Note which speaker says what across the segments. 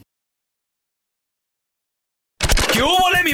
Speaker 1: ¿Qué húbole, mi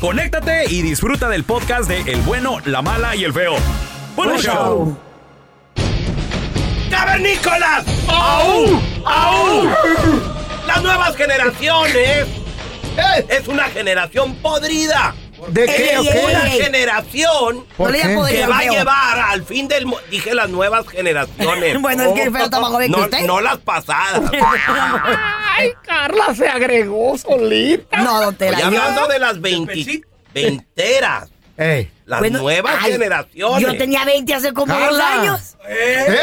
Speaker 1: conéctate y disfruta del podcast de El bueno, la mala y el feo. ¡Buen show!
Speaker 2: ¡Cavernícolas! ¡Aú! ¡Aú! Las nuevas generaciones eh, es una generación podrida.
Speaker 3: ¿De qué?
Speaker 2: Es
Speaker 3: ¿O qué?
Speaker 2: una generación
Speaker 3: ¿Por No le digas qué? podrida,
Speaker 2: que va a
Speaker 3: feo.
Speaker 2: llevar al fin del mundo. Dije las nuevas generaciones.
Speaker 4: Bueno, es que el feo está más joven que
Speaker 2: no,
Speaker 4: usted.
Speaker 2: No las pasadas.
Speaker 5: Ay, Carla se agregó solita.
Speaker 4: No, don Tela.
Speaker 2: Y Pues hablando
Speaker 4: yo-
Speaker 2: de las veinti- veinteras,
Speaker 3: Ey.
Speaker 2: las
Speaker 4: bueno,
Speaker 2: nuevas
Speaker 4: ay,
Speaker 2: generaciones.
Speaker 4: Yo tenía 20 hace como
Speaker 3: Carla.
Speaker 4: dos años.
Speaker 3: ¿Eh?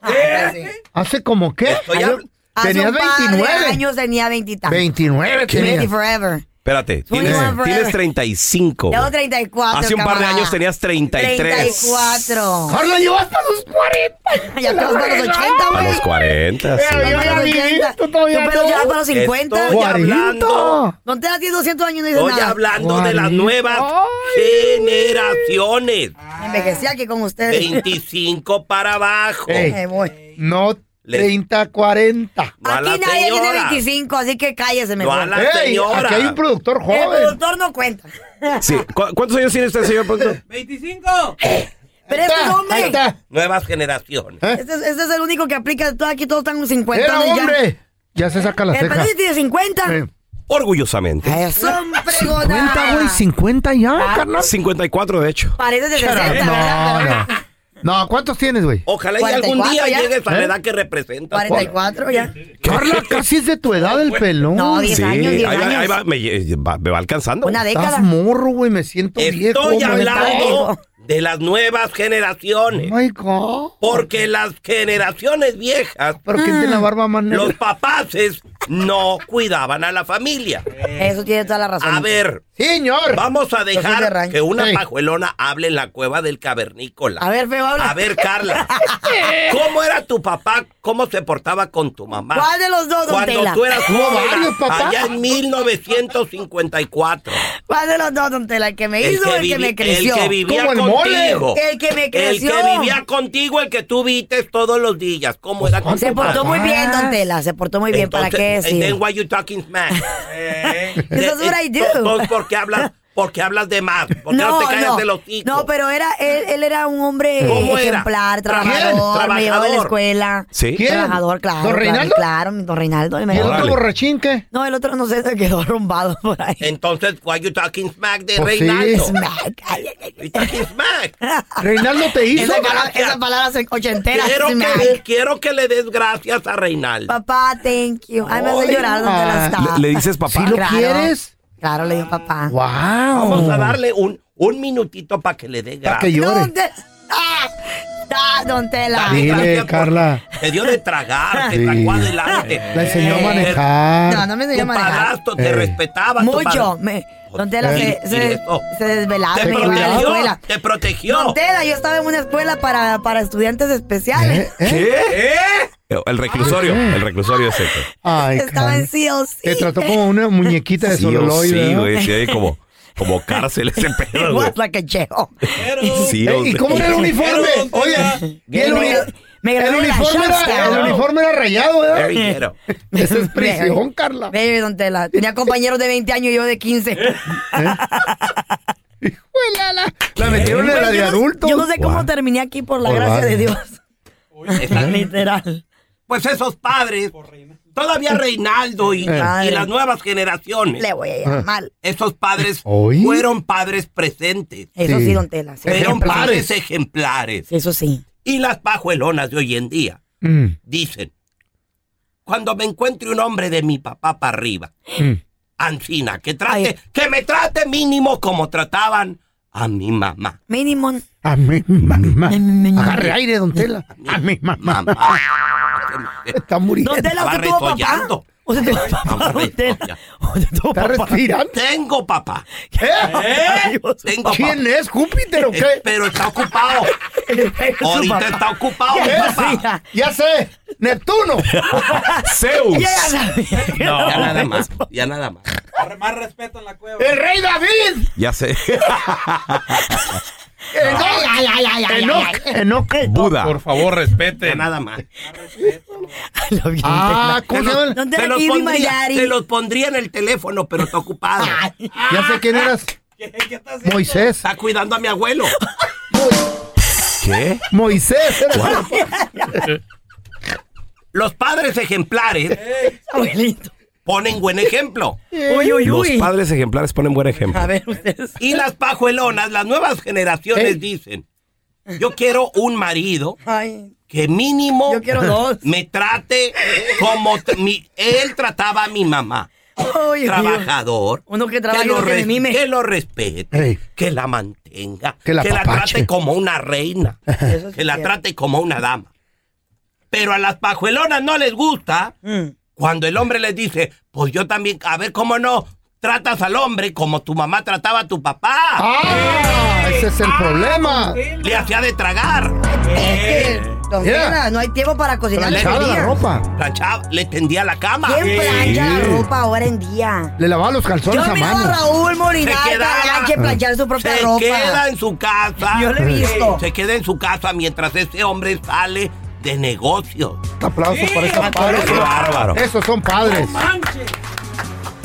Speaker 4: Ay, espérate.
Speaker 3: ¿Hace como qué?
Speaker 2: Estoy hab-
Speaker 4: Hace
Speaker 3: Tenías
Speaker 4: un par de
Speaker 3: 29.
Speaker 4: años tenía 20 y tantos.
Speaker 3: 29
Speaker 4: 20
Speaker 3: tenías.
Speaker 4: forever.
Speaker 1: Espérate, tienes,
Speaker 4: 21 forever.
Speaker 1: tienes 35.
Speaker 4: Tengo 34,
Speaker 1: Hace un par de
Speaker 4: camarada.
Speaker 1: años tenías 33.
Speaker 4: 34.
Speaker 3: Carla, llevaste a los 40.
Speaker 4: Ya estamos para los 80,
Speaker 1: A
Speaker 4: güey.
Speaker 1: los 40, sí.
Speaker 4: Ya para los 80.
Speaker 3: Tú todavía
Speaker 4: Tu pelo
Speaker 3: no.
Speaker 4: ya va para los 50.
Speaker 2: Estoy hablando.
Speaker 3: ¡40!
Speaker 4: Don Tela tiene 200 años y no dice
Speaker 2: Estoy
Speaker 4: nada.
Speaker 2: hablando de las
Speaker 3: Ay.
Speaker 2: nuevas generaciones.
Speaker 4: Envejecí aquí con ustedes.
Speaker 2: 25 para abajo.
Speaker 3: Ey.
Speaker 4: Me voy.
Speaker 3: No,
Speaker 2: Le-
Speaker 3: 30, 40.
Speaker 2: No a la
Speaker 4: Aquí nadie tiene
Speaker 2: señora.
Speaker 4: 25, así que cállese
Speaker 2: No
Speaker 4: mejor.
Speaker 2: a La
Speaker 3: Ey,
Speaker 2: señora.
Speaker 3: Aquí hay un productor
Speaker 4: El
Speaker 3: joven.
Speaker 4: productor no cuenta.
Speaker 1: Sí. ¿Cu- ¿Cuántos años tiene usted, señor productor?
Speaker 4: Pero este es
Speaker 3: Ahí
Speaker 4: hombre.
Speaker 3: está.
Speaker 2: Nuevas generaciones.
Speaker 3: ¿Eh?
Speaker 4: Este es, este es el único que aplica. Todo, aquí todos están 50.
Speaker 3: Era
Speaker 4: Pues ya.
Speaker 3: hombre. Ya se saca la
Speaker 4: El
Speaker 3: ceja.
Speaker 4: pelín tiene 50.
Speaker 3: Eh,
Speaker 1: Orgullosamente.
Speaker 4: Son pregonas.
Speaker 3: 50, güey, 50 ya, carnal.
Speaker 1: 54, de hecho.
Speaker 4: Parece de 60,
Speaker 3: No,
Speaker 4: ¿verdad?
Speaker 3: no. No, ¿cuántos tienes, güey?
Speaker 2: Ojalá y algún
Speaker 4: 44
Speaker 2: día
Speaker 4: ya.
Speaker 2: llegues a la
Speaker 3: ¿Eh?
Speaker 2: edad que representas.
Speaker 4: 44 ya.
Speaker 3: Carla, casi es de tu edad el pelón.
Speaker 4: No, diez
Speaker 1: Sí,
Speaker 4: años,
Speaker 1: ahí
Speaker 4: 10
Speaker 1: va,
Speaker 4: años.
Speaker 1: ahí va, me, eh, va- me va alcanzando.
Speaker 4: Una década.
Speaker 3: Estás morro, güey, me siento viejo.
Speaker 2: Estoy
Speaker 3: güey.
Speaker 2: hablando
Speaker 4: viejo.
Speaker 2: de las nuevas generaciones.
Speaker 3: Oh my God.
Speaker 2: Porque las generaciones viejas,
Speaker 3: ¿Pero quién tiene la barba más negra?
Speaker 2: los papaces, no cuidaban a la familia.
Speaker 4: Eso tiene toda la razón.
Speaker 2: A ver,
Speaker 3: Señor.
Speaker 2: vamos a
Speaker 4: Yo soy de
Speaker 2: dejar
Speaker 4: rancho.
Speaker 2: que una
Speaker 3: Sí.
Speaker 2: pajuelona hable en la cueva del cavernícola.
Speaker 4: A ver, feo, habla.
Speaker 2: A ver, Carla, ¿cómo era tu papá? ¿Cómo se portaba con tu mamá?
Speaker 4: ¿Cuál de los dos, don
Speaker 2: Cuando
Speaker 4: Tela?
Speaker 2: tú eras
Speaker 3: Hubo
Speaker 2: joven,
Speaker 3: varios papás.
Speaker 2: allá en 1954.
Speaker 4: ¿Cuál de los dos, don Tela? ¿El que me hizo o el que
Speaker 2: vivi-
Speaker 4: me creció?
Speaker 2: El que vivía
Speaker 3: Como el mole.
Speaker 2: contigo.
Speaker 4: El que me creció.
Speaker 2: El que vivía contigo, el que tú viste todos los días. ¿Cómo
Speaker 3: Pues,
Speaker 2: era con
Speaker 4: Se
Speaker 2: tu papá?
Speaker 4: portó muy bien, don Tela. Se portó muy bien. ¿Para
Speaker 2: Entonces,
Speaker 4: qué
Speaker 2: and
Speaker 4: decir?
Speaker 2: then why you talking smack?
Speaker 4: This is what I do.
Speaker 2: Entonces, ¿por qué hablas porque hablas de más, porque no, te callas de los hijos.
Speaker 4: no, pero era, él, él era un hombre
Speaker 2: ¿Cómo era?
Speaker 4: ejemplar,
Speaker 2: ¿Quién?
Speaker 4: trabajador, me llevaba a la
Speaker 2: Trabajador.
Speaker 4: escuela.
Speaker 1: ¿Sí?
Speaker 3: ¿Quién?
Speaker 4: Trabajador, claro.
Speaker 3: ¿Don
Speaker 4: claro,
Speaker 3: Reinaldo?
Speaker 4: Claro, mi don Reinaldo. él me
Speaker 3: ¿Y el otro
Speaker 1: Órale.
Speaker 3: borrachín qué?
Speaker 4: No, el otro no sé, se quedó arrumbado por ahí.
Speaker 2: Entonces, why you talking smack de
Speaker 3: Pues sí.
Speaker 2: Reinaldo?
Speaker 4: Smack. Ay, ay, ay.
Speaker 2: You talking smack.
Speaker 3: Reinaldo te hizo.
Speaker 4: Esa palabra, esa palabra se- ochentera.
Speaker 2: Quiero
Speaker 4: smack.
Speaker 2: que, quiero que le des gracias a Reinaldo.
Speaker 4: Papá, thank you. Ay, me hace
Speaker 3: Ay,
Speaker 4: llorar donde
Speaker 3: ma.
Speaker 4: la está.
Speaker 1: Le, le dices papá.
Speaker 3: ¿Sí lo quieres?
Speaker 4: Claro, le digo papá.
Speaker 3: ¡Wow!
Speaker 2: Vamos a darle un, un minutito para que le dé
Speaker 3: Para que
Speaker 2: gracias.
Speaker 4: No,
Speaker 3: llore.
Speaker 4: de- ah, ah, don Tela.
Speaker 2: Dale.
Speaker 3: Dile,
Speaker 2: Gracias por-
Speaker 3: Carla.
Speaker 2: Te dio de tragar, te
Speaker 3: Sí.
Speaker 2: sacó adelante.
Speaker 3: La enseñó a
Speaker 2: Eh,
Speaker 3: manejar.
Speaker 4: No, no me enseñó a
Speaker 2: Tu
Speaker 4: manejar.
Speaker 2: padrastro te
Speaker 3: Eh.
Speaker 2: respetaba. tu
Speaker 4: Mucho.
Speaker 2: padre-
Speaker 4: Me, don Tela
Speaker 2: Eh.
Speaker 4: se, se,
Speaker 2: Directo.
Speaker 4: se desvelaba.
Speaker 2: Te
Speaker 4: me llevaba a la
Speaker 2: protegió,
Speaker 4: escuela.
Speaker 2: te protegió.
Speaker 4: Don Tela, yo estaba en una escuela para, para estudiantes especiales.
Speaker 3: ¿Eh? ¿Eh?
Speaker 1: ¿Qué?
Speaker 2: ¿Eh?
Speaker 1: El reclusorio, el reclusorio es este.
Speaker 3: Ay,
Speaker 4: Estaba en
Speaker 3: Carla.
Speaker 4: CLC.
Speaker 3: Te trató como una muñequita de
Speaker 1: Sí, o
Speaker 3: sololoy,
Speaker 1: sí,
Speaker 3: ¿verdad?
Speaker 1: güey, sí, hay como, como cárcel ese
Speaker 4: It
Speaker 1: pedo, güey.
Speaker 4: was like a jail.
Speaker 1: Sí,
Speaker 3: Eh,
Speaker 1: o
Speaker 3: ¿Y
Speaker 1: sea,
Speaker 3: cómo era el uniforme?
Speaker 2: Pero, don
Speaker 3: Oye,
Speaker 2: Tela,
Speaker 3: y el, uni-
Speaker 4: me gradué
Speaker 3: el
Speaker 4: de la
Speaker 3: uniforme era,
Speaker 4: Shasta.
Speaker 3: el uniforme era rayado, ¿verdad?
Speaker 2: Very ghetto.
Speaker 3: Esa es prisión, Carla.
Speaker 4: Baby, don Tela. Tenía compañeros de 20 años y yo de 15.
Speaker 3: Juelala. La metieron en la de adulto.
Speaker 4: Yo no sé cómo
Speaker 1: Wow.
Speaker 4: terminé aquí por la
Speaker 3: Por
Speaker 4: gracia
Speaker 3: vale.
Speaker 4: de Dios. Literal.
Speaker 2: ¿eh? Pues esos padres, todavía Reinaldo y,
Speaker 4: Eh.
Speaker 2: y las nuevas generaciones,
Speaker 4: Le voy a llamar.
Speaker 2: esos padres
Speaker 3: Oí.
Speaker 2: fueron padres presentes,
Speaker 4: Eso
Speaker 3: Sí.
Speaker 4: sí, don Tela. sí.
Speaker 2: fueron
Speaker 4: Ejemplo.
Speaker 2: padres ejemplares.
Speaker 4: Eso sí.
Speaker 2: Y las pajuelonas de hoy en día
Speaker 3: Mm,
Speaker 2: dicen, cuando me encuentre un hombre de mi papá para arriba,
Speaker 3: mm.
Speaker 2: Ancina, que trate,
Speaker 4: Ay.
Speaker 2: que me trate mínimo como trataban a mi mamá.
Speaker 4: Mínimo.
Speaker 3: A mi mamá.
Speaker 4: Mm.
Speaker 3: Agarre aire, don Tela. A mi mamá.
Speaker 2: Mamá.
Speaker 3: Está muriendo.
Speaker 4: Don Tela,
Speaker 2: va
Speaker 4: ¿usted tuvo papá?
Speaker 2: retollando.
Speaker 4: ¿Usted tuvo papá,
Speaker 2: Vamos
Speaker 4: don Tela? ¿Usted tuvo
Speaker 3: Está
Speaker 4: papá?
Speaker 3: respirando.
Speaker 2: Tengo papá.
Speaker 3: ¿Eh?
Speaker 2: Tengo papá.
Speaker 3: ¿Quién es? ¿Júpiter o
Speaker 2: Eh,
Speaker 3: qué?
Speaker 2: Pero está ocupado.
Speaker 4: Su
Speaker 2: Ahorita
Speaker 4: papá.
Speaker 2: está ocupado,
Speaker 4: Ya
Speaker 2: mi
Speaker 4: lo
Speaker 2: papá.
Speaker 4: sabía.
Speaker 3: Ya sé. Neptuno.
Speaker 4: Yo
Speaker 1: Zeus.
Speaker 4: ya sabía.
Speaker 2: Ya nada más. Ya nada más.
Speaker 3: El rey David.
Speaker 1: Ya sé.
Speaker 4: Ay, ay, ay, ay, ay,
Speaker 3: Enoch. Enoch.
Speaker 1: Buda.
Speaker 6: favor,
Speaker 2: Ya
Speaker 6: respete.
Speaker 2: nada más.
Speaker 4: ay. Lo vi.
Speaker 3: Ah, ¿cómo se llama?
Speaker 4: Don
Speaker 2: Te
Speaker 4: Tela,
Speaker 2: los,
Speaker 4: give me my
Speaker 2: pondría,
Speaker 4: daddy.
Speaker 2: te los pondría en el teléfono, pero está ocupado.
Speaker 3: Ya sé quién eras. Moisés.
Speaker 2: Está cuidando a mi abuelo.
Speaker 1: ¿Qué?
Speaker 3: Moisés. eras.
Speaker 2: Los padres ejemplares
Speaker 4: Abuelito.
Speaker 2: ponen buen ejemplo.
Speaker 7: ¿Eh?
Speaker 4: Uy, uy,
Speaker 1: Los
Speaker 4: uy.
Speaker 1: padres ejemplares ponen buen ejemplo.
Speaker 4: A ver, ustedes.
Speaker 2: Y las pajuelonas, las nuevas generaciones
Speaker 3: Ey.
Speaker 2: dicen, yo quiero un marido
Speaker 4: Ay,
Speaker 2: que mínimo
Speaker 4: Yo quiero dos.
Speaker 2: me trate como t- mi- él trataba a mi mamá.
Speaker 4: uy, uy.
Speaker 2: Trabajador.
Speaker 4: Uno que trabaja y otro que
Speaker 2: res-
Speaker 4: me mime.
Speaker 2: que lo respete.
Speaker 3: Ey.
Speaker 2: Que la mantenga.
Speaker 3: Que la apapache.
Speaker 2: trate como una reina.
Speaker 4: Eso sí
Speaker 2: que la
Speaker 4: es
Speaker 2: trate como una dama. Pero a las pajuelonas no les gusta
Speaker 4: Mm.
Speaker 2: cuando el hombre les dice, pues yo también, a ver cómo no tratas al hombre como tu mamá trataba a tu papá.
Speaker 3: Ah, ese es el problema.
Speaker 2: Le hacía de tragar.
Speaker 4: Es que, don
Speaker 3: Mira.
Speaker 4: Tela, no hay tiempo para cocinar la
Speaker 3: Planchaba la
Speaker 4: comida.
Speaker 3: ropa.
Speaker 2: Planchaba, le tendía la cama.
Speaker 4: ¿Quién plancha la ropa ahora en día?
Speaker 3: Le lavaba los calzones
Speaker 4: Yo
Speaker 3: a
Speaker 4: miraba a
Speaker 3: mano.
Speaker 4: Raúl Morinal
Speaker 2: Se quedaba.
Speaker 4: cada que planchar su propia
Speaker 2: Se
Speaker 4: ropa.
Speaker 2: queda en su casa.
Speaker 4: Yo le he visto.
Speaker 2: Se queda en su casa mientras ese hombre sale de negocios.
Speaker 3: Aplausos para esos padres.
Speaker 2: Ah, Qué bárbaro.
Speaker 3: Esos son padres.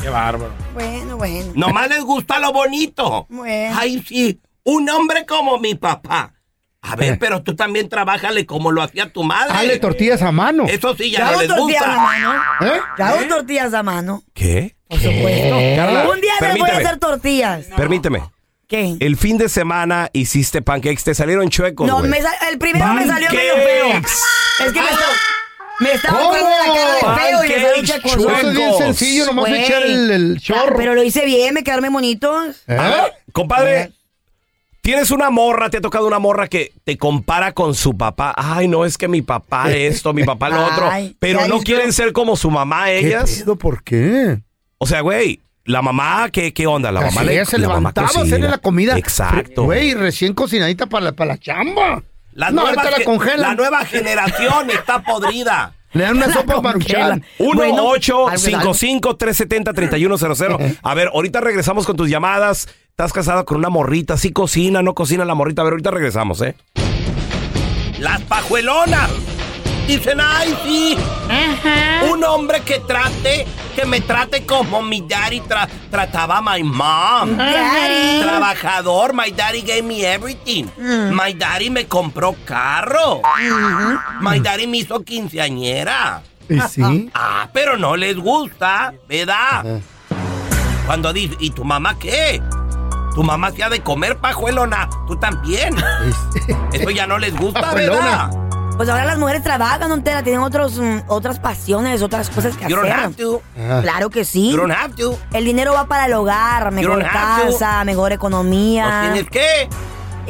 Speaker 6: Qué bárbaro.
Speaker 4: Bueno, bueno.
Speaker 2: Nomás les gusta lo bonito.
Speaker 4: Bueno.
Speaker 2: Ay, sí. Un hombre como mi papá. A
Speaker 3: Eh.
Speaker 2: ver, pero tú también trabájale como lo hacía tu madre.
Speaker 3: Dale tortillas a mano.
Speaker 2: Eso sí,
Speaker 4: Ya
Speaker 2: ya no
Speaker 4: hago
Speaker 2: les
Speaker 4: tortillas a
Speaker 2: gusta.
Speaker 4: mano.
Speaker 3: ¿Eh?
Speaker 4: Ya hago tortillas a mano.
Speaker 1: ¿Qué?
Speaker 4: Por supuesto.
Speaker 1: Carla,
Speaker 4: Un día les voy a
Speaker 1: permíteme.
Speaker 4: hacer tortillas.
Speaker 1: Permíteme.
Speaker 4: ¿Qué?
Speaker 1: El fin de semana hiciste pancakes, te salieron chuecos.
Speaker 4: No,
Speaker 1: güey.
Speaker 4: me sal- el primero me salió medio feo.
Speaker 1: Pancakes.
Speaker 4: Es que me, estaba- me estaba
Speaker 3: ¿Cómo?
Speaker 4: poniendo la cara de feo y le
Speaker 1: Pancakes,
Speaker 4: salí
Speaker 3: Eso
Speaker 4: checoso.
Speaker 1: chuecos.
Speaker 3: es bien sencillo, nomás
Speaker 4: Güey. Ah,
Speaker 3: echar el, el chorro.
Speaker 4: Pero lo hice bien, me quedaron bonitos.
Speaker 3: ¿Eh?
Speaker 1: A ver, compadre, tienes una morra, te ha tocado una morra que te compara con su papá. Ay, no, es que mi papá esto, mi papá lo otro.
Speaker 4: Ay,
Speaker 1: Pero
Speaker 4: ya
Speaker 1: no
Speaker 4: hizo.
Speaker 1: quieren ser como su mamá
Speaker 3: ¿Qué
Speaker 1: ellas.
Speaker 3: pedo? ¿Por qué?
Speaker 1: O sea, güey, la mamá, ¿qué, qué onda? La
Speaker 3: Así
Speaker 1: mamá
Speaker 3: ella se
Speaker 1: la mamá
Speaker 3: levantaba a hacerle
Speaker 1: cocina.
Speaker 3: la comida.
Speaker 1: Exacto.
Speaker 3: Güey, recién cocinadita para la, para la chamba.
Speaker 2: Las
Speaker 3: no,
Speaker 2: nuevas
Speaker 3: ahorita la
Speaker 2: ge-
Speaker 3: congelan.
Speaker 2: la nueva generación está podrida.
Speaker 3: Le dan una sopa maruchan.
Speaker 1: 1-855-370-3100. A ver, ahorita regresamos con tus llamadas. Estás casada con una morrita. Sí cocina, no cocina la morrita. A ver, ahorita regresamos, ¿eh?
Speaker 2: Las pajuelonas Dicen, ay, sí. Un hombre que trate, que me trate como mi daddy tra- trataba a my mom.
Speaker 4: Daddy.
Speaker 2: Trabajador, my daddy gave me everything. My daddy me compró carro. My daddy me hizo quinceañera.
Speaker 3: ¿Y sí?
Speaker 2: Ah, pero no les gusta, ¿verdad? Cuando dice, ¿y tu mamá qué? Tu mamá se ha de comer pajuelona, tú también. Eso ya no les gusta,
Speaker 3: Pajuelona.
Speaker 2: ¿verdad?
Speaker 4: Pues ahora las mujeres trabajan, don Tela, tienen otros, mm, otras pasiones, otras cosas que
Speaker 2: You don't have
Speaker 4: hacer.
Speaker 2: to.
Speaker 4: Claro que sí.
Speaker 2: You don't have to.
Speaker 4: El dinero va para el hogar, mejor
Speaker 2: don't have to.
Speaker 4: casa, mejor
Speaker 2: ¿No
Speaker 4: economía,
Speaker 2: tienes qué?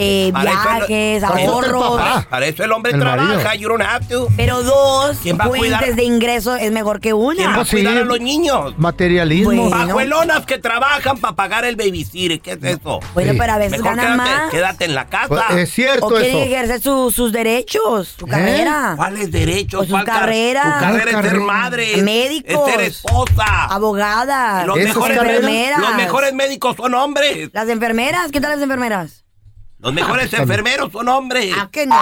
Speaker 4: eh,
Speaker 2: Para eso el-
Speaker 4: viajes,
Speaker 3: para eso está el
Speaker 4: ahorros.
Speaker 3: papá.
Speaker 2: Para eso el hombre
Speaker 3: El
Speaker 2: trabaja,
Speaker 3: marido.
Speaker 2: you don't have to.
Speaker 4: Pero dos
Speaker 2: ¿Quién va a
Speaker 4: fuentes
Speaker 2: cuidar?
Speaker 4: de ingreso es mejor que
Speaker 2: ¿Quién va
Speaker 3: Pues
Speaker 4: una.
Speaker 2: a cuidar a los niños?
Speaker 3: Materialismo.
Speaker 4: Bueno.
Speaker 2: Pajuelonas que trabajan para pagar el babysitter, ¿qué es eso?
Speaker 4: Bueno,
Speaker 3: Sí.
Speaker 4: pero a veces
Speaker 2: Mejor
Speaker 4: ganan
Speaker 2: quédate,
Speaker 4: más.
Speaker 2: quédate en la casa.
Speaker 3: Pues, es
Speaker 4: O
Speaker 3: cierto
Speaker 4: quieren
Speaker 3: eso.
Speaker 4: ejercer su- sus derechos, su
Speaker 3: ¿Eh?
Speaker 4: carrera.
Speaker 2: ¿Cuáles derechos?
Speaker 4: Pues su
Speaker 2: ¿Cuál car-
Speaker 4: carrera.
Speaker 2: Tu carrera es ser
Speaker 3: Carrera.
Speaker 2: madre.
Speaker 4: Médicos.
Speaker 2: Es ser esposa.
Speaker 4: Abogadas.
Speaker 2: Los
Speaker 3: Esas
Speaker 2: mejores,
Speaker 3: carreras.
Speaker 2: médicos, los mejores médicos son hombres.
Speaker 4: Las enfermeras, ¿qué tal las enfermeras?
Speaker 2: Los
Speaker 3: Ah,
Speaker 2: mejores enfermeros son hombres.
Speaker 4: Ah, que no.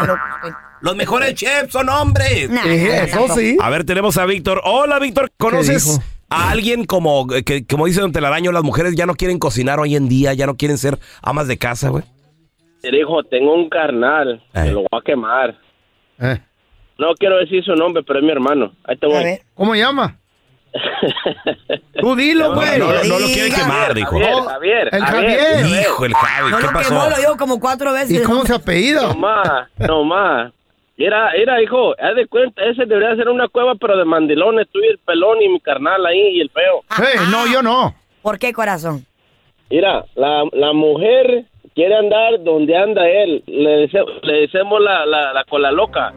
Speaker 4: Pero,
Speaker 1: Ah,
Speaker 4: eh,
Speaker 2: Los mejores chefs son hombres.
Speaker 4: nah,
Speaker 3: Eh,
Speaker 4: no,
Speaker 3: eso
Speaker 4: tampoco.
Speaker 3: sí.
Speaker 1: A ver, tenemos a Víctor. Hola, Víctor. ¿Conoces
Speaker 3: dijo?
Speaker 1: a alguien como, que, como dice Don Telaraño, las mujeres ya no quieren cocinar hoy en día, ya no quieren ser amas de casa, güey?
Speaker 7: Dijo, tengo un carnal,
Speaker 1: Eh.
Speaker 7: que lo voy a quemar.
Speaker 3: Eh,
Speaker 7: No quiero decir su nombre, pero es mi hermano. Ahí te
Speaker 4: A
Speaker 7: voy.
Speaker 4: ver.
Speaker 3: ¿Cómo llama? Tú dilo, güey.
Speaker 1: No, no lo quieren
Speaker 4: Diga.
Speaker 1: quemar, dijo.
Speaker 7: Javier,
Speaker 3: Oh,
Speaker 7: Javier.
Speaker 3: el Javier.
Speaker 1: Hijo, el Javi,
Speaker 4: No
Speaker 1: ¿qué
Speaker 4: lo quemó,
Speaker 1: pasó?
Speaker 4: lo digo como cuatro veces.
Speaker 3: ¿Y cómo se apellida?
Speaker 7: Nomás, nomás. Mira, mira, hijo, haz de cuenta, ese debería ser una cueva, pero de mandilones, tú y el pelón y mi carnal ahí y el feo.
Speaker 3: Eh, no, yo no.
Speaker 4: ¿Por qué, corazón?
Speaker 7: Mira, la, la mujer quiere andar donde anda él. Le, dese- le decimos la, la, la cola loca.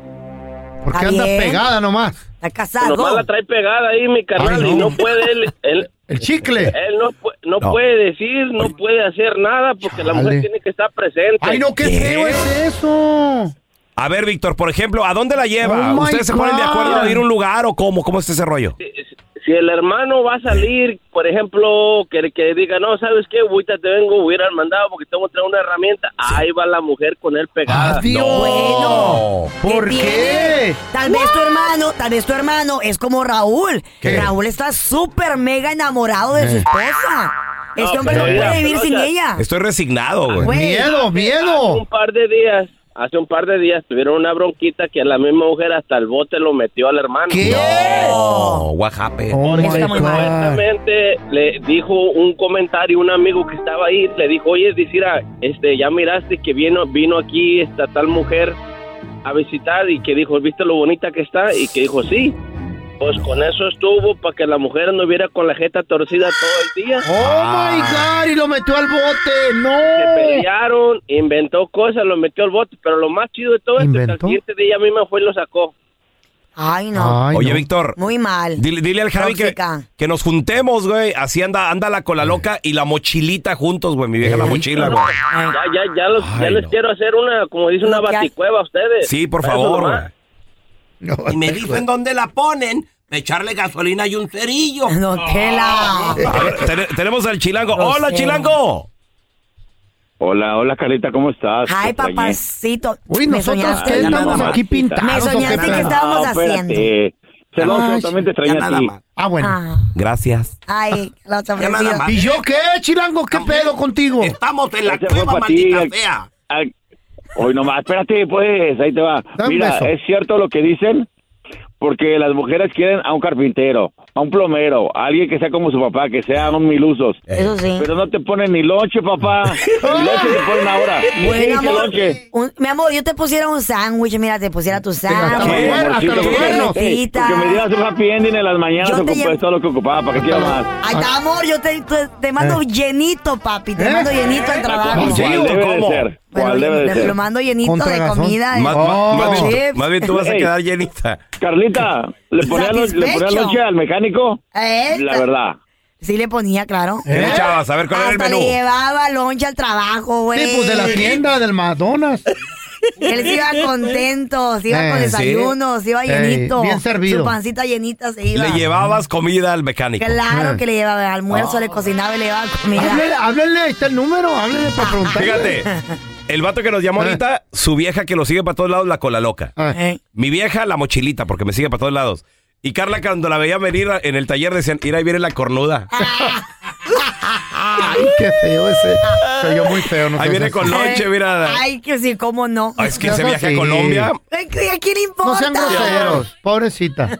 Speaker 3: Porque
Speaker 4: Está
Speaker 3: anda
Speaker 4: bien.
Speaker 3: pegada nomás.
Speaker 4: ¿Está casado?
Speaker 7: Nomás la trae pegada ahí, mi carnal,
Speaker 3: Ay,
Speaker 7: y
Speaker 3: no.
Speaker 7: no puede él. él
Speaker 3: El chicle.
Speaker 7: él no, pu- no
Speaker 1: No.
Speaker 7: puede decir, no puede hacer nada porque la
Speaker 3: Chale.
Speaker 7: mujer tiene que estar presente.
Speaker 3: Ay, no, qué feo es eso.
Speaker 1: A ver, Víctor, por ejemplo, ¿a dónde la lleva?
Speaker 3: Oh, my
Speaker 1: ¿Ustedes se ponen de
Speaker 3: God.
Speaker 1: acuerdo de ir a un lugar o cómo? ¿Cómo es ese rollo?
Speaker 7: si el hermano va a salir, por ejemplo, que, que diga, no, ¿sabes qué? Ahorita te vengo, voy a ir al mandado porque tengo que traer una herramienta. Ahí va la mujer con él pegada.
Speaker 3: Adiós.
Speaker 4: Bueno.
Speaker 3: Ah, ¿Por qué?
Speaker 4: tiene? Tal vez tu hermano, tal vez tu hermano es como Raúl.
Speaker 3: ¿Qué? Eh.
Speaker 4: Raúl está súper mega enamorado de su esposa. Este
Speaker 7: No,
Speaker 4: hombre no
Speaker 7: pero
Speaker 4: puede
Speaker 7: mira,
Speaker 4: vivir
Speaker 7: pero
Speaker 4: sin
Speaker 7: ya-
Speaker 4: ella.
Speaker 1: Estoy resignado, güey.
Speaker 4: Güey.
Speaker 3: Miedo,
Speaker 7: Hace
Speaker 3: miedo.
Speaker 7: un par de días, hace un par de días tuvieron una bronquita que a la misma mujer hasta el bote lo metió al hermano.
Speaker 3: ¿Qué?
Speaker 1: Oh, what happened?
Speaker 3: Oh, my
Speaker 4: Está muy mal.
Speaker 3: God.
Speaker 7: Exactamente, le dijo un comentario un amigo que estaba ahí, le dijo, oye, Dicira, este, ya miraste que vino, vino aquí esta tal mujer a visitar y que dijo, ¿viste lo bonita que está? Y que dijo, sí. Pues con eso estuvo para que la mujer no viera con la jeta torcida todo el día.
Speaker 3: Oh my
Speaker 4: Ah.
Speaker 3: God, y lo metió al bote.
Speaker 7: Se
Speaker 3: No.
Speaker 7: pelearon, inventó cosas, lo metió al bote, pero lo más chido de todo esto es que al
Speaker 3: ¿Inventó?
Speaker 7: siguiente día misma fue y lo sacó.
Speaker 4: Ay, no.
Speaker 3: Ay,
Speaker 1: Oye,
Speaker 3: no.
Speaker 1: Víctor,
Speaker 4: Muy mal.
Speaker 1: dile, dile al Javi que,
Speaker 4: Tóxica.
Speaker 1: que nos juntemos, güey. Así anda, anda la cola loca y la mochilita juntos, güey. Mi vieja la mochila, güey.
Speaker 7: Ya, ya, ya, los- ya
Speaker 1: Ay,
Speaker 7: les
Speaker 1: no.
Speaker 7: quiero hacer una, como dice, una
Speaker 4: Ya.
Speaker 7: baticueva a ustedes.
Speaker 1: Sí, por
Speaker 7: Para eso
Speaker 1: favor,
Speaker 7: nomás.
Speaker 1: güey.
Speaker 3: No,
Speaker 2: Y me dicen dónde la ponen, echarle gasolina y un cerillo.
Speaker 4: Don Tela.
Speaker 1: A ver, ten- tenemos al chilango.
Speaker 4: No
Speaker 1: ¡Hola,
Speaker 4: sé.
Speaker 1: chilango!
Speaker 7: Hola, hola Carita, ¿cómo estás?
Speaker 4: Ay,
Speaker 7: Ah, Te extrañé.
Speaker 4: papacito.
Speaker 3: Uy,
Speaker 4: Me
Speaker 3: nosotros
Speaker 4: soñaste.
Speaker 3: qué estamos
Speaker 7: mamacita.
Speaker 3: aquí pintados.
Speaker 4: Me
Speaker 3: ¿o
Speaker 4: soñaste
Speaker 3: qué
Speaker 4: que
Speaker 3: pedo?
Speaker 4: estaba- estábamos
Speaker 7: No, espérate. Celoso,
Speaker 3: Ay,
Speaker 7: también te extrañé
Speaker 2: ya
Speaker 7: a
Speaker 2: nada
Speaker 7: ti.
Speaker 2: más.
Speaker 3: Ah, bueno.
Speaker 4: Ah,
Speaker 1: Gracias.
Speaker 4: Ay, la otra
Speaker 2: Ya nada más.
Speaker 3: ¿Y yo qué, Chilango? ¿Qué pedo contigo?
Speaker 2: Estamos en la
Speaker 7: Ese
Speaker 2: cueva,
Speaker 7: fue pa' ti,
Speaker 2: maldita
Speaker 7: el-
Speaker 2: sea.
Speaker 7: al- Hoy nomás, espérate, pues, ahí te va.
Speaker 3: Dame un
Speaker 7: Mira,
Speaker 3: beso.
Speaker 7: es cierto lo que dicen, porque las mujeres quieren a un carpintero, a un plomero, a alguien que sea como su papá, que sean un milusos.
Speaker 4: Eh. Eso sí.
Speaker 7: Pero no te ponen ni lonche, papá. ni lonche te ponen ahora. Ni
Speaker 4: Bueno,
Speaker 7: pinche
Speaker 4: amor.
Speaker 7: lonche.
Speaker 4: un- mi amor, yo te pusiera un sándwich. Mira, te pusiera tu
Speaker 3: gastamos
Speaker 4: sándwich.
Speaker 3: dinero, hasta los
Speaker 4: tu
Speaker 3: cuernos.
Speaker 4: galletita.
Speaker 7: Que me dieras un happy ending en las mañanas,
Speaker 4: Yo te
Speaker 7: ocupé
Speaker 4: llevo-
Speaker 7: todo lo que ocupaba, ¿para qué quiero más?
Speaker 4: Ay, está, amor, yo te, te, te mando llenito, papi. Te
Speaker 3: Ah. ¿Eh?
Speaker 4: mando llenito al trabajo.
Speaker 3: ¿En serio?
Speaker 7: ¿Cuál debe de
Speaker 1: ¿Cómo?
Speaker 7: ser?
Speaker 4: Bueno,
Speaker 7: ¿Cuál debe de
Speaker 4: te
Speaker 7: ser?
Speaker 4: lo mando llenito
Speaker 3: Con
Speaker 4: de
Speaker 3: tragazón.
Speaker 4: comida.
Speaker 1: Más,
Speaker 4: de-
Speaker 3: Oh.
Speaker 1: más-
Speaker 4: de
Speaker 1: más bien,
Speaker 4: chips.
Speaker 1: tú- más bien tú vas a
Speaker 7: Ey.
Speaker 1: quedar llenita.
Speaker 7: Carlita, ¿le ponía, los- ¿le ponía
Speaker 4: Satisfecho.
Speaker 7: lonche al mecánico?
Speaker 4: Eh,
Speaker 7: La verdad.
Speaker 4: Sí le ponía, claro.
Speaker 3: ¿Eh?
Speaker 1: ¿Qué le echabas? A ver, ¿cuál era el
Speaker 4: Hasta
Speaker 1: menú?
Speaker 4: le llevaba lonche al trabajo, Ah, güey.
Speaker 3: Sí, pues de la tienda del McDonald's.
Speaker 4: Él se iba contento, se iba
Speaker 3: Eh,
Speaker 4: con
Speaker 3: sí.
Speaker 4: desayuno, se iba
Speaker 3: Eh,
Speaker 4: llenito.
Speaker 3: bien servido.
Speaker 4: Su pancita llenita se iba.
Speaker 1: Le llevabas comida al mecánico.
Speaker 4: Claro
Speaker 3: Eh.
Speaker 4: que le llevaba almuerzo, le cocinaba y le llevaba comida.
Speaker 3: Háblenle, háblenle, ahí está el número, háblenle para preguntar.
Speaker 1: Fíjate, El vato que nos
Speaker 2: Ah.
Speaker 1: llamó ahorita, su vieja que lo sigue para todos lados, la cola loca. Mi vieja, la mochilita, porque me sigue para todos lados. Y Carla, cuando la veía venir en el taller, decían, ir ahí viene la cornuda.
Speaker 8: Ah.
Speaker 3: Ay, qué feo ese. Se oyó muy feo. No
Speaker 1: Ahí
Speaker 3: sé,
Speaker 1: viene
Speaker 3: no sé.
Speaker 1: con lonche, mira.
Speaker 4: Ay, que sí, cómo no.
Speaker 1: Ah, es que
Speaker 3: No
Speaker 1: ese
Speaker 3: seas
Speaker 1: viaje a
Speaker 3: así.
Speaker 1: Colombia.
Speaker 4: Ay, que- ¿A quién le importa?
Speaker 3: No sean groseros, pobrecita.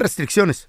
Speaker 3: restricciones.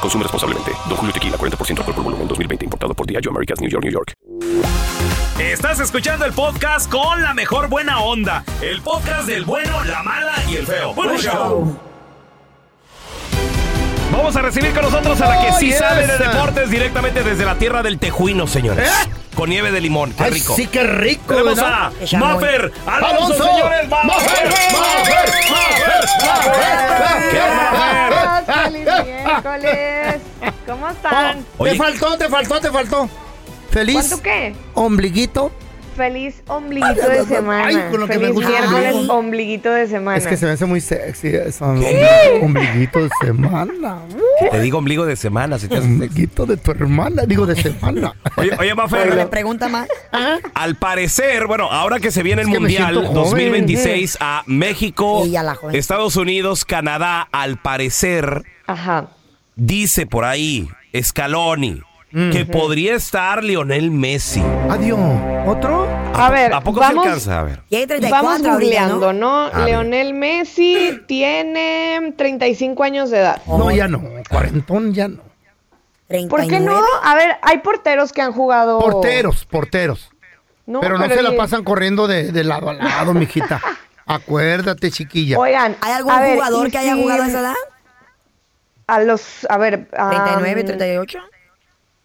Speaker 8: Consume responsablemente. Don Julio Tequila, 40% alcohol por volumen, 2020. Importado por Diageo Americas, New York, New York.
Speaker 1: Estás escuchando el podcast con la mejor buena onda. El podcast del bueno, la mala y el feo. Bueno, show. Vamos a recibir con nosotros a la que
Speaker 2: Oh,
Speaker 1: sí
Speaker 2: yes. ¿Eh?
Speaker 1: sabe de deportes directamente desde la tierra del Tejuino, señores. Con nieve de limón, qué
Speaker 2: Ay,
Speaker 1: rico.
Speaker 2: sí, qué rico, ¿eh?
Speaker 1: Tenemos
Speaker 2: ¿verdad?
Speaker 1: a Maffer, Alonso, señores. Maffer, Maffer,
Speaker 9: ¡Feliz miércoles!
Speaker 3: Ah.
Speaker 9: ¿Cómo están?
Speaker 3: Te faltó, te faltó, te faltó. Oh, Feliz
Speaker 9: ¿Cuánto qué?
Speaker 3: ombliguito.
Speaker 9: Feliz ombliguito de semana.
Speaker 3: Ay, con lo que me
Speaker 9: Feliz
Speaker 3: gusta el
Speaker 9: miércoles,
Speaker 3: ombligo.
Speaker 9: ombliguito de semana.
Speaker 3: Es que se me hace muy sexy eso.
Speaker 9: ¿Qué?
Speaker 3: Ombliguito de semana.
Speaker 1: Te digo ombligo de semana, si te haces-
Speaker 3: Ombliguito de tu hermana. Digo, de semana.
Speaker 1: Oye, oye Maffer.
Speaker 4: Le pregunta más.
Speaker 1: Al parecer, bueno, ahora que se viene el
Speaker 4: Es que me
Speaker 1: Mundial
Speaker 4: siento joven.
Speaker 1: 2026 a México,
Speaker 4: Sí, a la joven.
Speaker 1: Estados Unidos, Canadá, al parecer, dice por ahí Scaloni
Speaker 3: Mm.
Speaker 1: que
Speaker 9: Ujú.
Speaker 1: podría estar Lionel Messi.
Speaker 3: Adiós. ¿Otro?
Speaker 1: ¿A,
Speaker 9: A ver,
Speaker 1: ¿a poco
Speaker 9: vamos-
Speaker 1: se alcanza? A ver.
Speaker 9: Vamos
Speaker 4: 34 ahorita, ¿no?
Speaker 9: googleando, ¿no?
Speaker 1: A ver.
Speaker 9: Leonel Messi tiene 35 años de edad.
Speaker 3: No, ya no. Cuarentón ya no.
Speaker 9: ¿Por qué no? A ver, hay porteros que han jugado.
Speaker 3: Porteros, porteros.
Speaker 9: No,
Speaker 3: pero no se la
Speaker 9: oye,
Speaker 3: pasan corriendo de, de lado a lado, mijita. Acuérdate, chiquilla.
Speaker 9: Oigan,
Speaker 4: ¿Hay algún
Speaker 9: a ver,
Speaker 4: jugador
Speaker 9: y
Speaker 4: que haya
Speaker 9: si-
Speaker 4: jugado a esa edad?
Speaker 9: A los, a ver. am,
Speaker 4: 39, 38.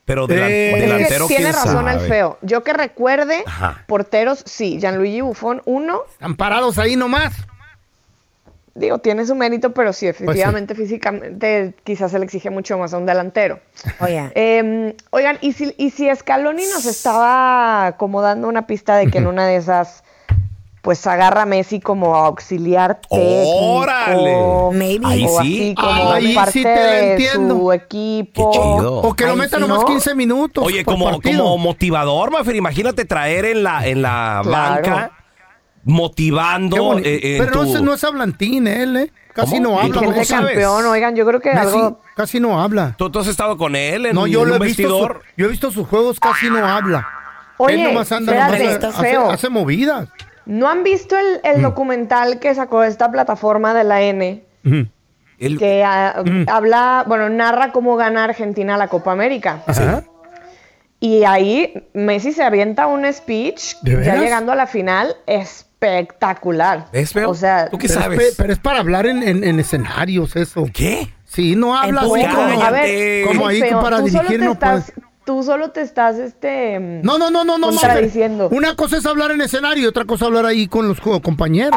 Speaker 1: Pero delan-
Speaker 9: Eh,
Speaker 3: Eh,
Speaker 9: Es que
Speaker 1: delantero,
Speaker 9: tiene
Speaker 1: ¿quién
Speaker 9: razón el
Speaker 1: sabe?
Speaker 9: feo. Yo que recuerde,
Speaker 1: Ajá.
Speaker 9: porteros sí. Gianluigi Buffon, uno.
Speaker 3: Están parados ahí nomás.
Speaker 9: Digo, tiene su mérito, pero sí,
Speaker 1: Pues
Speaker 9: efectivamente, físicamente quizás se le exige mucho más a un delantero.
Speaker 4: Oye.
Speaker 9: Eh, oigan, y si, y si Scaloni nos estaba acomodando una pista de que en una de esas, pues agarra a Messi como auxiliar técnico.
Speaker 1: ¡Órale!
Speaker 4: Maybe.
Speaker 1: Ahí
Speaker 9: o
Speaker 1: sí.
Speaker 9: así como
Speaker 3: Ahí sí
Speaker 9: parte
Speaker 3: te la
Speaker 9: de
Speaker 3: entiendo.
Speaker 9: su equipo.
Speaker 1: Qué chido.
Speaker 3: O que lo
Speaker 9: Ahí
Speaker 3: metan
Speaker 9: sí,
Speaker 3: nomás
Speaker 9: ¿no?
Speaker 3: 15 minutos.
Speaker 1: Oye,
Speaker 3: por
Speaker 1: como,
Speaker 3: partido.
Speaker 1: como motivador, Mafer, imagínate traer en la, en la
Speaker 9: Claro.
Speaker 1: banca,
Speaker 3: Qué
Speaker 1: motivando
Speaker 3: bonito.
Speaker 1: eh, eh,
Speaker 3: Pero no,
Speaker 1: tu-
Speaker 3: se- no es hablantín, él, ¿eh? Casi
Speaker 1: ¿Cómo?
Speaker 3: no
Speaker 1: ¿Y
Speaker 3: habla.
Speaker 1: cómo
Speaker 3: ¿cómo
Speaker 9: Gente
Speaker 3: sabe?
Speaker 1: sabes?
Speaker 9: campeón, oigan, yo creo que
Speaker 3: Messi
Speaker 9: algo
Speaker 3: casi no habla.
Speaker 1: ¿Tú, tú has estado con él en,
Speaker 3: No, yo
Speaker 1: en
Speaker 3: lo he
Speaker 1: un
Speaker 3: visto. su-
Speaker 1: vestidor?
Speaker 3: yo he visto sus juegos, casi no habla.
Speaker 9: Oye,
Speaker 3: él nomás anda,
Speaker 9: espérate,
Speaker 3: nomás
Speaker 9: esto es
Speaker 3: hace,
Speaker 9: feo.
Speaker 3: hace movidas.
Speaker 9: ¿No han visto el,
Speaker 3: Mm.
Speaker 9: el documental que sacó esta plataforma de la N?
Speaker 1: Él-
Speaker 9: Que ah,
Speaker 3: Mm.
Speaker 9: habla, bueno, narra cómo gana Argentina la Copa América.
Speaker 3: Ajá.
Speaker 9: Y ahí Messi se avienta un speech,
Speaker 3: ¿De
Speaker 9: ya
Speaker 3: veras?
Speaker 9: llegando a la final, espectacular.
Speaker 1: ¿Ves, feo?
Speaker 9: O sea,
Speaker 1: ¿Tú qué
Speaker 3: Pero es
Speaker 1: sabes?
Speaker 3: pe- pero es para hablar en, en- en escenarios, eso.
Speaker 1: ¿Qué?
Speaker 3: Sí, no habla así
Speaker 1: público,
Speaker 3: como,
Speaker 9: a ver,
Speaker 3: como ahí
Speaker 9: feo,
Speaker 3: para
Speaker 9: tú solo
Speaker 3: dirigir
Speaker 9: te
Speaker 3: no
Speaker 9: estás,
Speaker 3: puedes.
Speaker 9: Tú solo te estás, este...
Speaker 3: No, no, no, no, no.
Speaker 9: Contradiciendo.
Speaker 3: Mafer. Una cosa es hablar en escenario y otra cosa hablar ahí con los co- compañeros.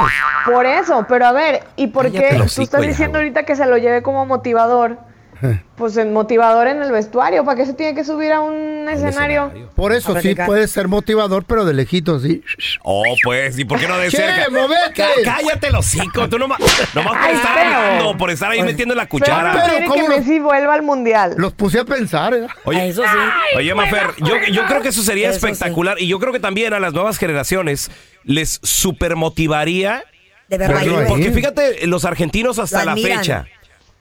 Speaker 9: Por eso, pero a ver, ¿y por
Speaker 1: Cállate el
Speaker 9: qué tú
Speaker 1: hocico
Speaker 9: estás
Speaker 1: ya,
Speaker 9: diciendo
Speaker 1: güey.
Speaker 9: ahorita que se lo lleve como motivador?
Speaker 3: Eh.
Speaker 9: pues el motivador en el vestuario. ¿Para qué se tiene que subir a un escenario?
Speaker 3: Por eso
Speaker 9: A
Speaker 3: sí
Speaker 9: platicar.
Speaker 3: puede ser motivador, pero de lejitos, sí.
Speaker 2: Oh, pues, ¿y por qué no de
Speaker 3: Che,
Speaker 2: cerca?
Speaker 3: movete.
Speaker 2: Cá- Cállate el hocico, tú nomás, nomás por
Speaker 9: Ay,
Speaker 2: estar
Speaker 9: pero-
Speaker 2: hablando, por estar ahí metiendo la cuchara.
Speaker 9: Pero, quiere que Messi vuelva al mundial.
Speaker 3: Los puse a pensar, ¿eh?
Speaker 2: Oye,
Speaker 4: Eso sí.
Speaker 2: Oye, Mafer, yo, yo creo que eso sería
Speaker 4: Eso sí.
Speaker 2: espectacular y yo creo que también a las nuevas generaciones les supermotivaría.
Speaker 4: De verdad.
Speaker 2: Porque, porque fíjate, los argentinos hasta
Speaker 4: Lo
Speaker 2: la
Speaker 4: admiran.
Speaker 2: fecha,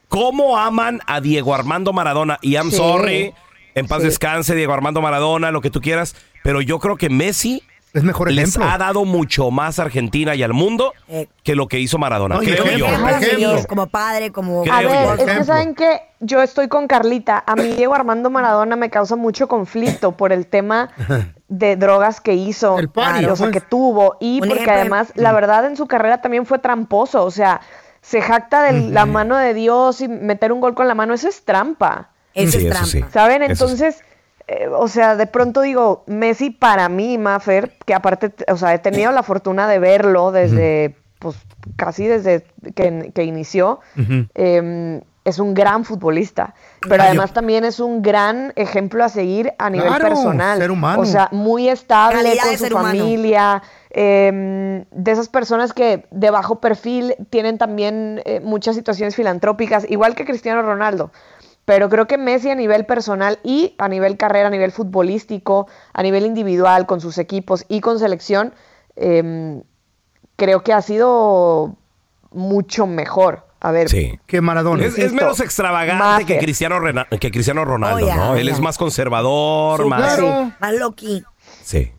Speaker 2: cómo aman a Diego Armando Maradona. Y I'm
Speaker 4: Sí.
Speaker 2: sorry, en paz
Speaker 4: Sí.
Speaker 2: descanse, Diego Armando Maradona, lo que tú quieras, pero yo creo que Messi
Speaker 3: es mejor
Speaker 2: les
Speaker 3: ejemplo.
Speaker 2: ha dado mucho más a Argentina y al mundo
Speaker 4: Eh.
Speaker 2: que lo que hizo Maradona.
Speaker 3: No, y
Speaker 2: creo
Speaker 3: ejemplo,
Speaker 2: yo.
Speaker 4: Como señor, como padre, como...
Speaker 2: Creo
Speaker 9: A
Speaker 2: yo.
Speaker 9: ver, es que saben que yo estoy con Carlita. A mí Diego Armando Maradona me causa mucho conflicto por el tema de drogas que hizo,
Speaker 3: party,
Speaker 9: o sea, que
Speaker 3: pues.
Speaker 9: tuvo, y
Speaker 4: Un
Speaker 9: porque
Speaker 4: ejemplo de-
Speaker 9: además, la verdad, en su carrera también fue tramposo, o sea, se jacta de la mano de Dios y meter un gol con la mano, eso es trampa,
Speaker 4: Eso
Speaker 2: Sí,
Speaker 4: es
Speaker 2: eso
Speaker 4: trampa.
Speaker 2: sí.
Speaker 9: ¿saben?
Speaker 2: Eso sí.
Speaker 9: Entonces, eh, o sea, de pronto digo, Messi para mí, Mafer, que aparte, t- o sea, he tenido la fortuna de verlo desde, pues, casi desde que, que inició, eh, es un gran futbolista, pero
Speaker 3: Ay,
Speaker 9: además también es un gran ejemplo a seguir a nivel
Speaker 3: Claro,
Speaker 9: personal.
Speaker 3: ser humano.
Speaker 9: O sea, muy estable
Speaker 4: Calidad de
Speaker 9: con su
Speaker 4: ser humano.
Speaker 9: familia, eh, de esas personas que de bajo perfil tienen también eh, muchas situaciones filantrópicas, igual que Cristiano Ronaldo. Pero creo que Messi a nivel personal y a nivel carrera, a nivel futbolístico, a nivel individual, con sus equipos y con selección, eh, creo que ha sido mucho mejor. A ver,
Speaker 2: Sí.
Speaker 3: Que Maradona.
Speaker 2: Es, es menos extravagante
Speaker 9: Mafer.
Speaker 2: que Cristiano, Rena- que Cristiano Ronaldo,
Speaker 4: Oh, ya,
Speaker 2: ¿no? Él
Speaker 4: ya.
Speaker 2: es más conservador,
Speaker 3: Sí,
Speaker 2: más...
Speaker 3: claro.
Speaker 4: Más loqui.
Speaker 2: Sí.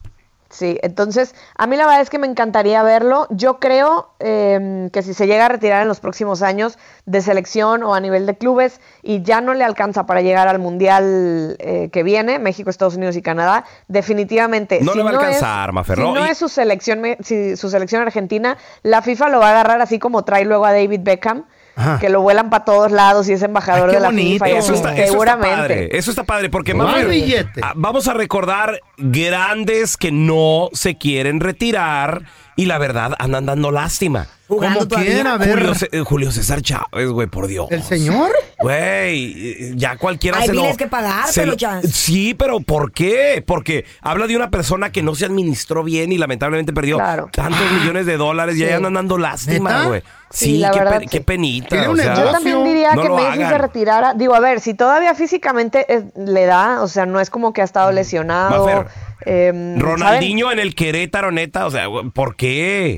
Speaker 9: Sí, entonces a mí la verdad es que me encantaría verlo. Yo creo eh, que si se llega a retirar en los próximos años de selección o a nivel de clubes y ya no le alcanza para llegar al Mundial eh, que viene, México, Estados Unidos y Canadá, definitivamente...
Speaker 2: No le va a
Speaker 9: es-
Speaker 2: alcanzar, Mafer,
Speaker 9: Si
Speaker 2: ¿no?
Speaker 9: no,
Speaker 2: Y-
Speaker 9: es su selección, me- si su selección argentina, la FIFA lo va a agarrar así como trae luego a David Beckham,
Speaker 3: Ajá.
Speaker 9: que lo vuelan para todos lados y es embajador
Speaker 3: Ay, qué
Speaker 9: de la
Speaker 3: bonito.
Speaker 9: FIFA. y
Speaker 2: Eso
Speaker 9: así,
Speaker 2: está, eso está
Speaker 9: seguramente.
Speaker 2: padre. Eso está padre porque
Speaker 3: Más
Speaker 2: Mafer,
Speaker 3: billete.
Speaker 2: ah, vamos a recordar grandes que no se quieren retirar y la verdad andan dando lástima.
Speaker 4: Jugando
Speaker 3: Como
Speaker 4: todavía.
Speaker 3: quiera, a ver.
Speaker 2: Julio, Ce- eh, Julio César Chávez, güey, por Dios.
Speaker 3: ¿El señor?
Speaker 2: Güey, eh, ya cualquiera
Speaker 4: Hay
Speaker 2: se lo...
Speaker 4: biles que pagar,
Speaker 2: se
Speaker 4: pero
Speaker 2: lo-
Speaker 4: ya.
Speaker 2: Sí, pero ¿por qué? Porque habla de una persona que no se administró bien y lamentablemente perdió
Speaker 9: Claro.
Speaker 2: tantos millones de dólares y ahí andan dando lástima,
Speaker 3: ¿Neta?
Speaker 2: güey.
Speaker 9: Sí,
Speaker 2: Sí,
Speaker 9: la
Speaker 2: qué,
Speaker 9: verdad,
Speaker 2: pe-
Speaker 9: sí.
Speaker 2: qué penita.
Speaker 3: Tiene
Speaker 2: o
Speaker 3: un
Speaker 2: sea.
Speaker 3: negocio.
Speaker 9: Yo también diría
Speaker 2: No
Speaker 9: que
Speaker 2: lo
Speaker 9: Messi se
Speaker 2: hagan.
Speaker 9: retirara. Digo, a ver, si todavía físicamente eh, le da, o sea, no es como que ha
Speaker 2: Mm.
Speaker 9: estado lesionado.
Speaker 2: Mafer,
Speaker 9: eh,
Speaker 2: Ronaldinho en el Querétaro, neta, o sea, güey, ¿por qué?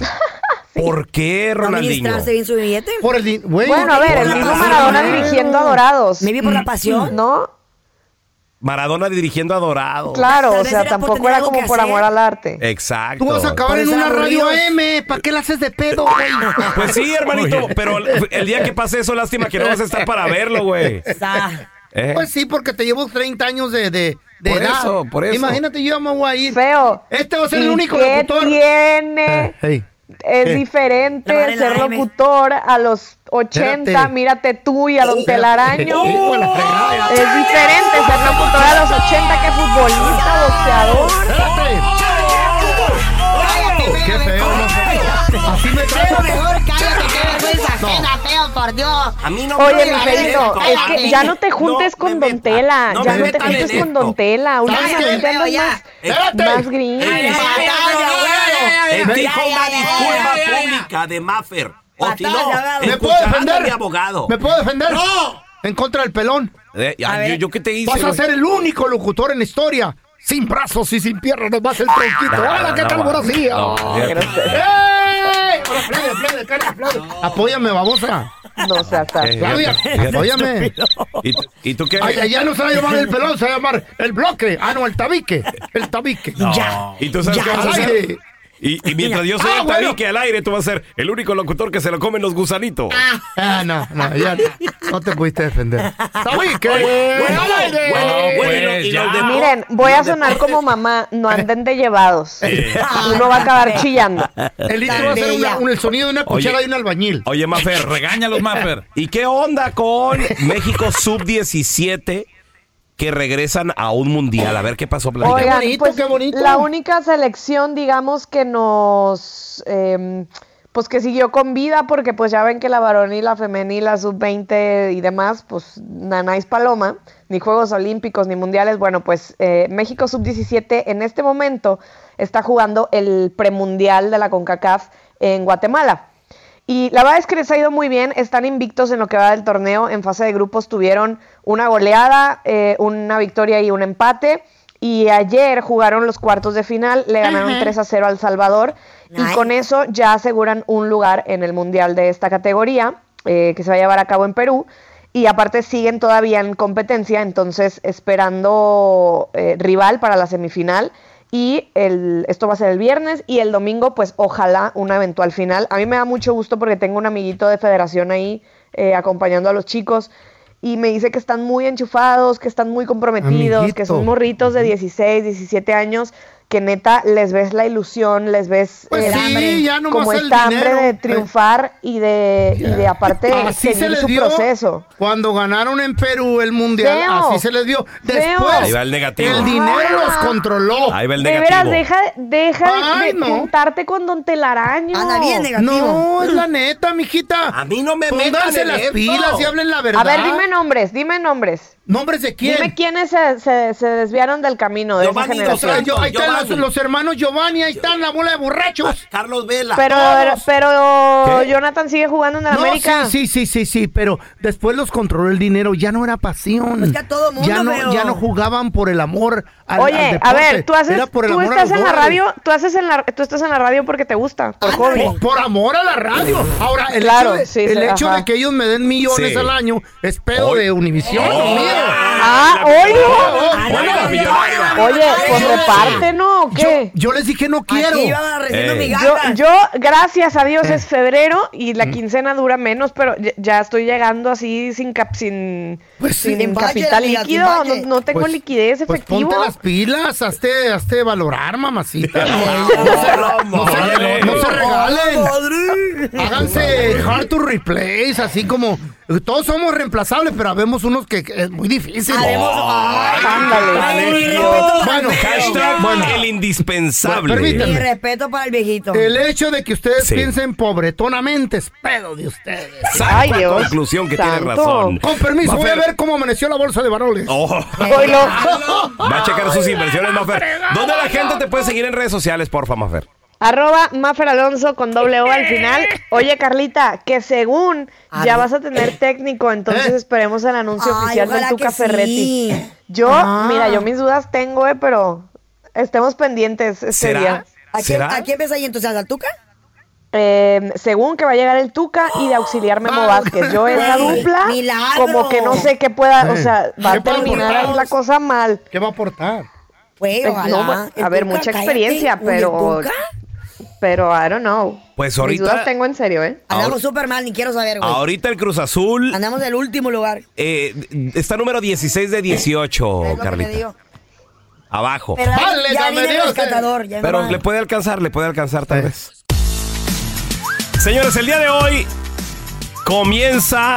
Speaker 2: ¿Por qué
Speaker 4: ¿No
Speaker 2: Ronaldinho?
Speaker 4: administrarse bien su billete?
Speaker 3: Por el din-
Speaker 9: ¿saben?
Speaker 3: güey.
Speaker 9: Bueno, a ver, el
Speaker 2: Por
Speaker 9: mismo
Speaker 2: la
Speaker 9: Maradona
Speaker 2: pasión.
Speaker 9: dirigiendo a Dorados. Mm.
Speaker 4: Me vi por la pasión.
Speaker 9: ¿No?
Speaker 2: Maradona dirigiendo a Dorado.
Speaker 9: Claro,
Speaker 4: Tal
Speaker 9: o
Speaker 4: vez
Speaker 9: sea,
Speaker 4: era por
Speaker 9: tampoco
Speaker 4: tener
Speaker 9: era
Speaker 4: algo
Speaker 9: como
Speaker 4: que
Speaker 9: por
Speaker 4: hacer.
Speaker 9: amor al arte.
Speaker 2: Exacto.
Speaker 3: Tú vas a acabar en
Speaker 4: Por
Speaker 3: una
Speaker 4: estar
Speaker 3: radio
Speaker 4: aburridos.
Speaker 3: M. ¿Para qué la haces de pedo, güey?
Speaker 2: Pues sí, hermanito, pero el día que pase eso, lástima que no vas a estar para verlo, güey.
Speaker 4: Sa-
Speaker 2: Eh,
Speaker 3: Pues sí, porque te llevo 30 años de, de, de
Speaker 2: Por
Speaker 3: edad.
Speaker 2: eso, por eso.
Speaker 3: Imagínate, yo me voy a ir.
Speaker 9: Feo.
Speaker 3: Este va a ser el
Speaker 9: ¿Y
Speaker 3: único
Speaker 9: qué
Speaker 3: locutor. Ah,
Speaker 9: tiene?
Speaker 3: Hey.
Speaker 9: Es
Speaker 3: ¿Qué?
Speaker 9: diferente
Speaker 4: Trabajar en la
Speaker 9: ser
Speaker 4: AM.
Speaker 9: locutor a los 80,
Speaker 3: Espérate.
Speaker 9: mírate tú y a Don Telaraño.
Speaker 3: Hijo de la fregada.
Speaker 9: Es diferente ser locutor a los 80 que futbolista, boxeador.
Speaker 3: Espérate. Qué feo, no Así me
Speaker 4: Pero
Speaker 3: tratas.
Speaker 4: mejor cállate, qué vergüenza ajena, feo, por Dios.
Speaker 10: A mí no
Speaker 9: Oye,
Speaker 10: me
Speaker 9: mi
Speaker 10: metan en
Speaker 9: Felito,
Speaker 10: esto.
Speaker 9: es que ya no te
Speaker 10: No
Speaker 9: juntes
Speaker 10: me
Speaker 9: con
Speaker 10: metan.
Speaker 9: Don Tela.
Speaker 10: No
Speaker 9: ya
Speaker 10: me
Speaker 9: no te
Speaker 10: metan en
Speaker 9: juntes con
Speaker 10: esto.
Speaker 9: Don Tela.
Speaker 3: ¿Sabes qué?
Speaker 9: Últimamente andas
Speaker 4: Ya.
Speaker 9: más,
Speaker 3: Espérate.
Speaker 9: más gris.
Speaker 4: Ay, ay, ay,
Speaker 10: Él
Speaker 4: ay,
Speaker 10: dijo
Speaker 4: ay,
Speaker 10: una
Speaker 4: ay,
Speaker 10: disculpa
Speaker 4: ay, ay,
Speaker 10: pública de Maffer. O si
Speaker 4: Patadas de
Speaker 10: no,
Speaker 4: ahogado.
Speaker 3: ¿Me puedo
Speaker 10: escuchar a
Speaker 3: defender?
Speaker 10: mi abogado.
Speaker 3: ¿Me puedo defender? ¡No! En contra del pelón.
Speaker 2: eh, ay, yo, yo qué te hice?
Speaker 3: Vas a
Speaker 2: güey?
Speaker 3: ser el único locutor en la historia. Sin brazos y sin piernas, nomás el tronquito. ¡Hola, qué
Speaker 2: no,
Speaker 3: tal,
Speaker 2: no,
Speaker 3: buenos días!
Speaker 2: no, fíjate.
Speaker 3: ¡Ey! Ahora aplaude, aplaude, Carla, aplaude. Apóyame, babosa.
Speaker 9: No seas tan-
Speaker 2: Eh,
Speaker 3: Claudia,
Speaker 2: fíjate.
Speaker 3: apóyame.
Speaker 2: ¿Y, tú- y tú qué?
Speaker 3: Ay, ay, ya no se va a llamar el pelón, se va a llamar el bloque. Ah, no, el tabique. El tabique.
Speaker 2: Ya. ¿Y tú sabes
Speaker 3: Ya,
Speaker 2: qué vas a
Speaker 3: al
Speaker 2: hacer?
Speaker 3: aire.
Speaker 2: Y, y mientras yo soy
Speaker 3: Ah,
Speaker 2: el
Speaker 3: bueno.
Speaker 2: tabique al aire, tú vas a ser el único locutor que se lo comen los gusanitos.
Speaker 3: Ah, no, no, ya no, no te pudiste defender. ¡Tabique!
Speaker 2: bueno,
Speaker 3: ¡Al aire!
Speaker 2: bueno, bueno. Pues
Speaker 10: y los- y los
Speaker 2: ya.
Speaker 10: de-
Speaker 9: Miren, voy a sonar como mamá. No anden de llevados. Uno va a acabar chillando.
Speaker 3: El intro va a ser una- un- el sonido de una cuchara
Speaker 2: Oye.
Speaker 3: de un albañil.
Speaker 2: Oye, Mafer,
Speaker 11: Regáñalos, Maffer.
Speaker 2: ¿Y qué onda con México Sub-17 que regresan a un mundial? A ver qué pasó, platicamos.
Speaker 9: Oigan,
Speaker 3: bonito,
Speaker 9: pues,
Speaker 3: qué bonito.
Speaker 9: La única selección, digamos, que nos eh, pues que siguió con vida porque pues ya ven que la varonil, la femenil, la sub-20 y demás, pues nanáis paloma, ni Juegos Olímpicos ni Mundiales. Bueno, pues eh, México sub-17 en este momento está jugando el premundial de la CONCACAF en Guatemala. Y la verdad es que les ha ido muy bien, están invictos en lo que va del torneo, en fase de grupos tuvieron una goleada, eh, una victoria y un empate. Y ayer jugaron los cuartos de final, le ganaron
Speaker 4: Ajá.
Speaker 9: 3 a 0 al Salvador y
Speaker 4: Nice.
Speaker 9: con eso ya aseguran un lugar en el Mundial de esta categoría eh, que se va a llevar a cabo en Perú. Y aparte siguen todavía en competencia, entonces esperando eh, rival para la semifinal. Y el, esto va a ser el viernes y el domingo, pues ojalá una eventual final. A mí me da mucho gusto porque tengo un amiguito de federación ahí eh, acompañando a los chicos y me dice que están muy enchufados, que están muy comprometidos, que son
Speaker 3: Amiguito.
Speaker 9: morritos de 16, 17 años, que neta les ves la ilusión, les ves
Speaker 3: Pues
Speaker 9: el
Speaker 3: sí,
Speaker 9: hambre,
Speaker 3: ya nomás
Speaker 9: como
Speaker 3: el
Speaker 9: esta hambre
Speaker 3: dinero.
Speaker 9: de triunfar y de, y de aparte
Speaker 3: Así se
Speaker 9: seguir
Speaker 3: les
Speaker 9: su
Speaker 3: dio
Speaker 9: proceso.
Speaker 3: cuando ganaron en Perú el mundial.
Speaker 9: Feo.
Speaker 3: así se les dio. Después,
Speaker 9: Feo.
Speaker 2: Ahí va el negativo.
Speaker 3: el dinero los controló.
Speaker 2: Ahí va el
Speaker 9: De
Speaker 2: negativo.
Speaker 9: veras, deja, deja
Speaker 3: Ay,
Speaker 9: de
Speaker 3: no.
Speaker 9: juntarte con Don Telaraño.
Speaker 2: Ah,
Speaker 3: No, es la neta, mijita.
Speaker 2: A mí no me metan
Speaker 3: Pónganse
Speaker 2: en
Speaker 3: las
Speaker 2: esto.
Speaker 3: pilas y hablen la verdad.
Speaker 9: A ver, dime nombres, dime nombres.
Speaker 3: ¿Nombres de quién?
Speaker 9: Dime quiénes se, se- se desviaron del camino de esa
Speaker 2: Giovanni Dos
Speaker 3: O sea,
Speaker 9: generación.
Speaker 3: yo- ahí están los,
Speaker 2: Giovanni.
Speaker 3: los hermanos Giovanni, ahí están la bola de borrachos.
Speaker 2: Carlos Vela.
Speaker 9: Pero,
Speaker 3: todos.
Speaker 9: pero
Speaker 3: ¿Qué?
Speaker 9: Jonathan sigue jugando en el
Speaker 3: No,
Speaker 9: América.
Speaker 3: sí, sí, sí, sí, sí, pero después los controló el dinero, ya no era pasión.
Speaker 4: Es que a todo mundo,
Speaker 3: ya no,
Speaker 4: pero-
Speaker 3: ya no jugaban por el amor al,
Speaker 9: Oye,
Speaker 3: al
Speaker 9: a
Speaker 3: deporte,
Speaker 9: ver, tú haces,
Speaker 3: era por el
Speaker 9: tú
Speaker 3: amor a
Speaker 9: estás
Speaker 3: los
Speaker 9: en la
Speaker 3: dólares.
Speaker 9: radio, tú haces en la, tú estás en la radio porque te gusta, por hobby.
Speaker 3: Por, por amor a la radio. Ahora, el
Speaker 9: Claro,
Speaker 3: hecho, de,
Speaker 9: sí,
Speaker 3: el
Speaker 9: sí,
Speaker 3: hecho
Speaker 9: ajá.
Speaker 3: de que ellos me den millones
Speaker 2: Sí.
Speaker 3: al año es pedo
Speaker 2: Hoy.
Speaker 3: de Oh, Univisión.
Speaker 2: Oh.
Speaker 3: mío.
Speaker 9: Ah, oye,
Speaker 2: Oiga, millonario.
Speaker 9: oye, pues reparte, ¿no? ¿O ¿Qué?
Speaker 3: Yo les dije no quiero.
Speaker 4: Aquí iba recibiendo
Speaker 2: Ey.
Speaker 4: mi
Speaker 9: Eh. Yo,
Speaker 4: gata.
Speaker 9: yo, gracias a Dios, es febrero y la quincena dura menos, pero ya- ya estoy llegando así sin cap, sin,
Speaker 3: Pues sí.
Speaker 9: sin
Speaker 4: Sin valle,
Speaker 9: capital
Speaker 4: amiga, sin
Speaker 9: líquido, no,
Speaker 4: valle.
Speaker 9: no tengo
Speaker 3: Pues-
Speaker 9: liquidez
Speaker 3: Pues
Speaker 9: efectivo.
Speaker 3: ponte las pilas, hazte, hazte valorar, mamacita. No se,
Speaker 2: Órale.
Speaker 3: no se regalen.
Speaker 4: Madre.
Speaker 3: Háganse hard to replace, así como eh, todos somos reemplazables, pero habemos unos que que es muy difícil.
Speaker 4: Habemos- Ay,
Speaker 3: Ándale.
Speaker 4: mi
Speaker 2: Alejio.
Speaker 4: respeto para
Speaker 3: Bueno,
Speaker 4: el viejito.
Speaker 2: Hashtag
Speaker 3: Bueno.
Speaker 2: el indispensable.
Speaker 3: Bueno, permíteme.
Speaker 4: Mi respeto para el viejito.
Speaker 3: El hecho de que ustedes
Speaker 2: Sí.
Speaker 3: piensen pobretonamente es pedo de ustedes.
Speaker 2: Saca
Speaker 9: Ay, Dios.
Speaker 2: conclusión que
Speaker 9: Santo.
Speaker 2: tiene razón.
Speaker 3: Con permiso, voy a ver cómo amaneció la bolsa de varones.
Speaker 2: Oh,
Speaker 9: Oilo.
Speaker 4: Ah,
Speaker 2: va a checar sus inversiones, Mafer. ¿Dónde la gente te puede seguir en redes sociales, porfa, Mafer? Pues
Speaker 9: Arroba Mafer Alonso con doble O al final. Oye, Carlita, que según
Speaker 4: A
Speaker 9: ya
Speaker 4: ver.
Speaker 9: vas a tener técnico, entonces
Speaker 3: Ah, ¿Eh?
Speaker 9: esperemos el anuncio
Speaker 4: Ay,
Speaker 9: oficial del
Speaker 4: ojalá
Speaker 9: Tuca
Speaker 4: que
Speaker 9: Ferretti.
Speaker 4: sí.
Speaker 9: Yo,
Speaker 3: Ah.
Speaker 9: mira, yo mis dudas tengo, eh, pero estemos pendientes este
Speaker 2: ¿Será?
Speaker 9: día.
Speaker 4: ¿A quién,
Speaker 2: ¿Será?
Speaker 4: ¿A quién ves ahí entonces? ¿A la tuca?
Speaker 9: Eh, según que va a llegar el Tuca y de auxiliar Memo
Speaker 3: Ah.
Speaker 9: Vázquez. Yo esa
Speaker 4: Güey,
Speaker 9: dupla,
Speaker 4: milagro.
Speaker 9: como que no sé qué pueda, o
Speaker 3: Eh.
Speaker 9: sea, va
Speaker 3: ¿Qué
Speaker 9: a
Speaker 3: puede
Speaker 9: terminar
Speaker 3: aportarnos?
Speaker 9: la cosa mal.
Speaker 3: ¿Qué va a aportar?
Speaker 4: Güey,
Speaker 9: Pues,
Speaker 4: ojalá.
Speaker 9: no, pues,
Speaker 4: El
Speaker 9: a ver,
Speaker 4: Tuca,
Speaker 9: mucha
Speaker 4: cállate.
Speaker 9: experiencia,
Speaker 4: Uy, el
Speaker 9: pero-
Speaker 4: Tuca.
Speaker 9: Pero I don't know.
Speaker 2: Pues
Speaker 9: Mis
Speaker 2: ahorita-
Speaker 9: dudas tengo en serio, ¿eh?
Speaker 4: Andamos súper mal, ni quiero saber, güey.
Speaker 2: Ahorita el Cruz Azul
Speaker 4: Andamos del último lugar.
Speaker 2: eh, está número 16 de 18,
Speaker 4: Es lo que te
Speaker 2: Carlita.
Speaker 4: digo.
Speaker 2: Abajo.
Speaker 4: pues Pero ahí
Speaker 3: Vale,
Speaker 4: ya
Speaker 3: dame
Speaker 4: viene el
Speaker 3: Dios, eh.
Speaker 4: rescatador. ya
Speaker 2: Pero
Speaker 4: va.
Speaker 2: le puede alcanzar, le puede alcanzar tal
Speaker 3: Sí.
Speaker 2: vez. Señores, el día de hoy comienza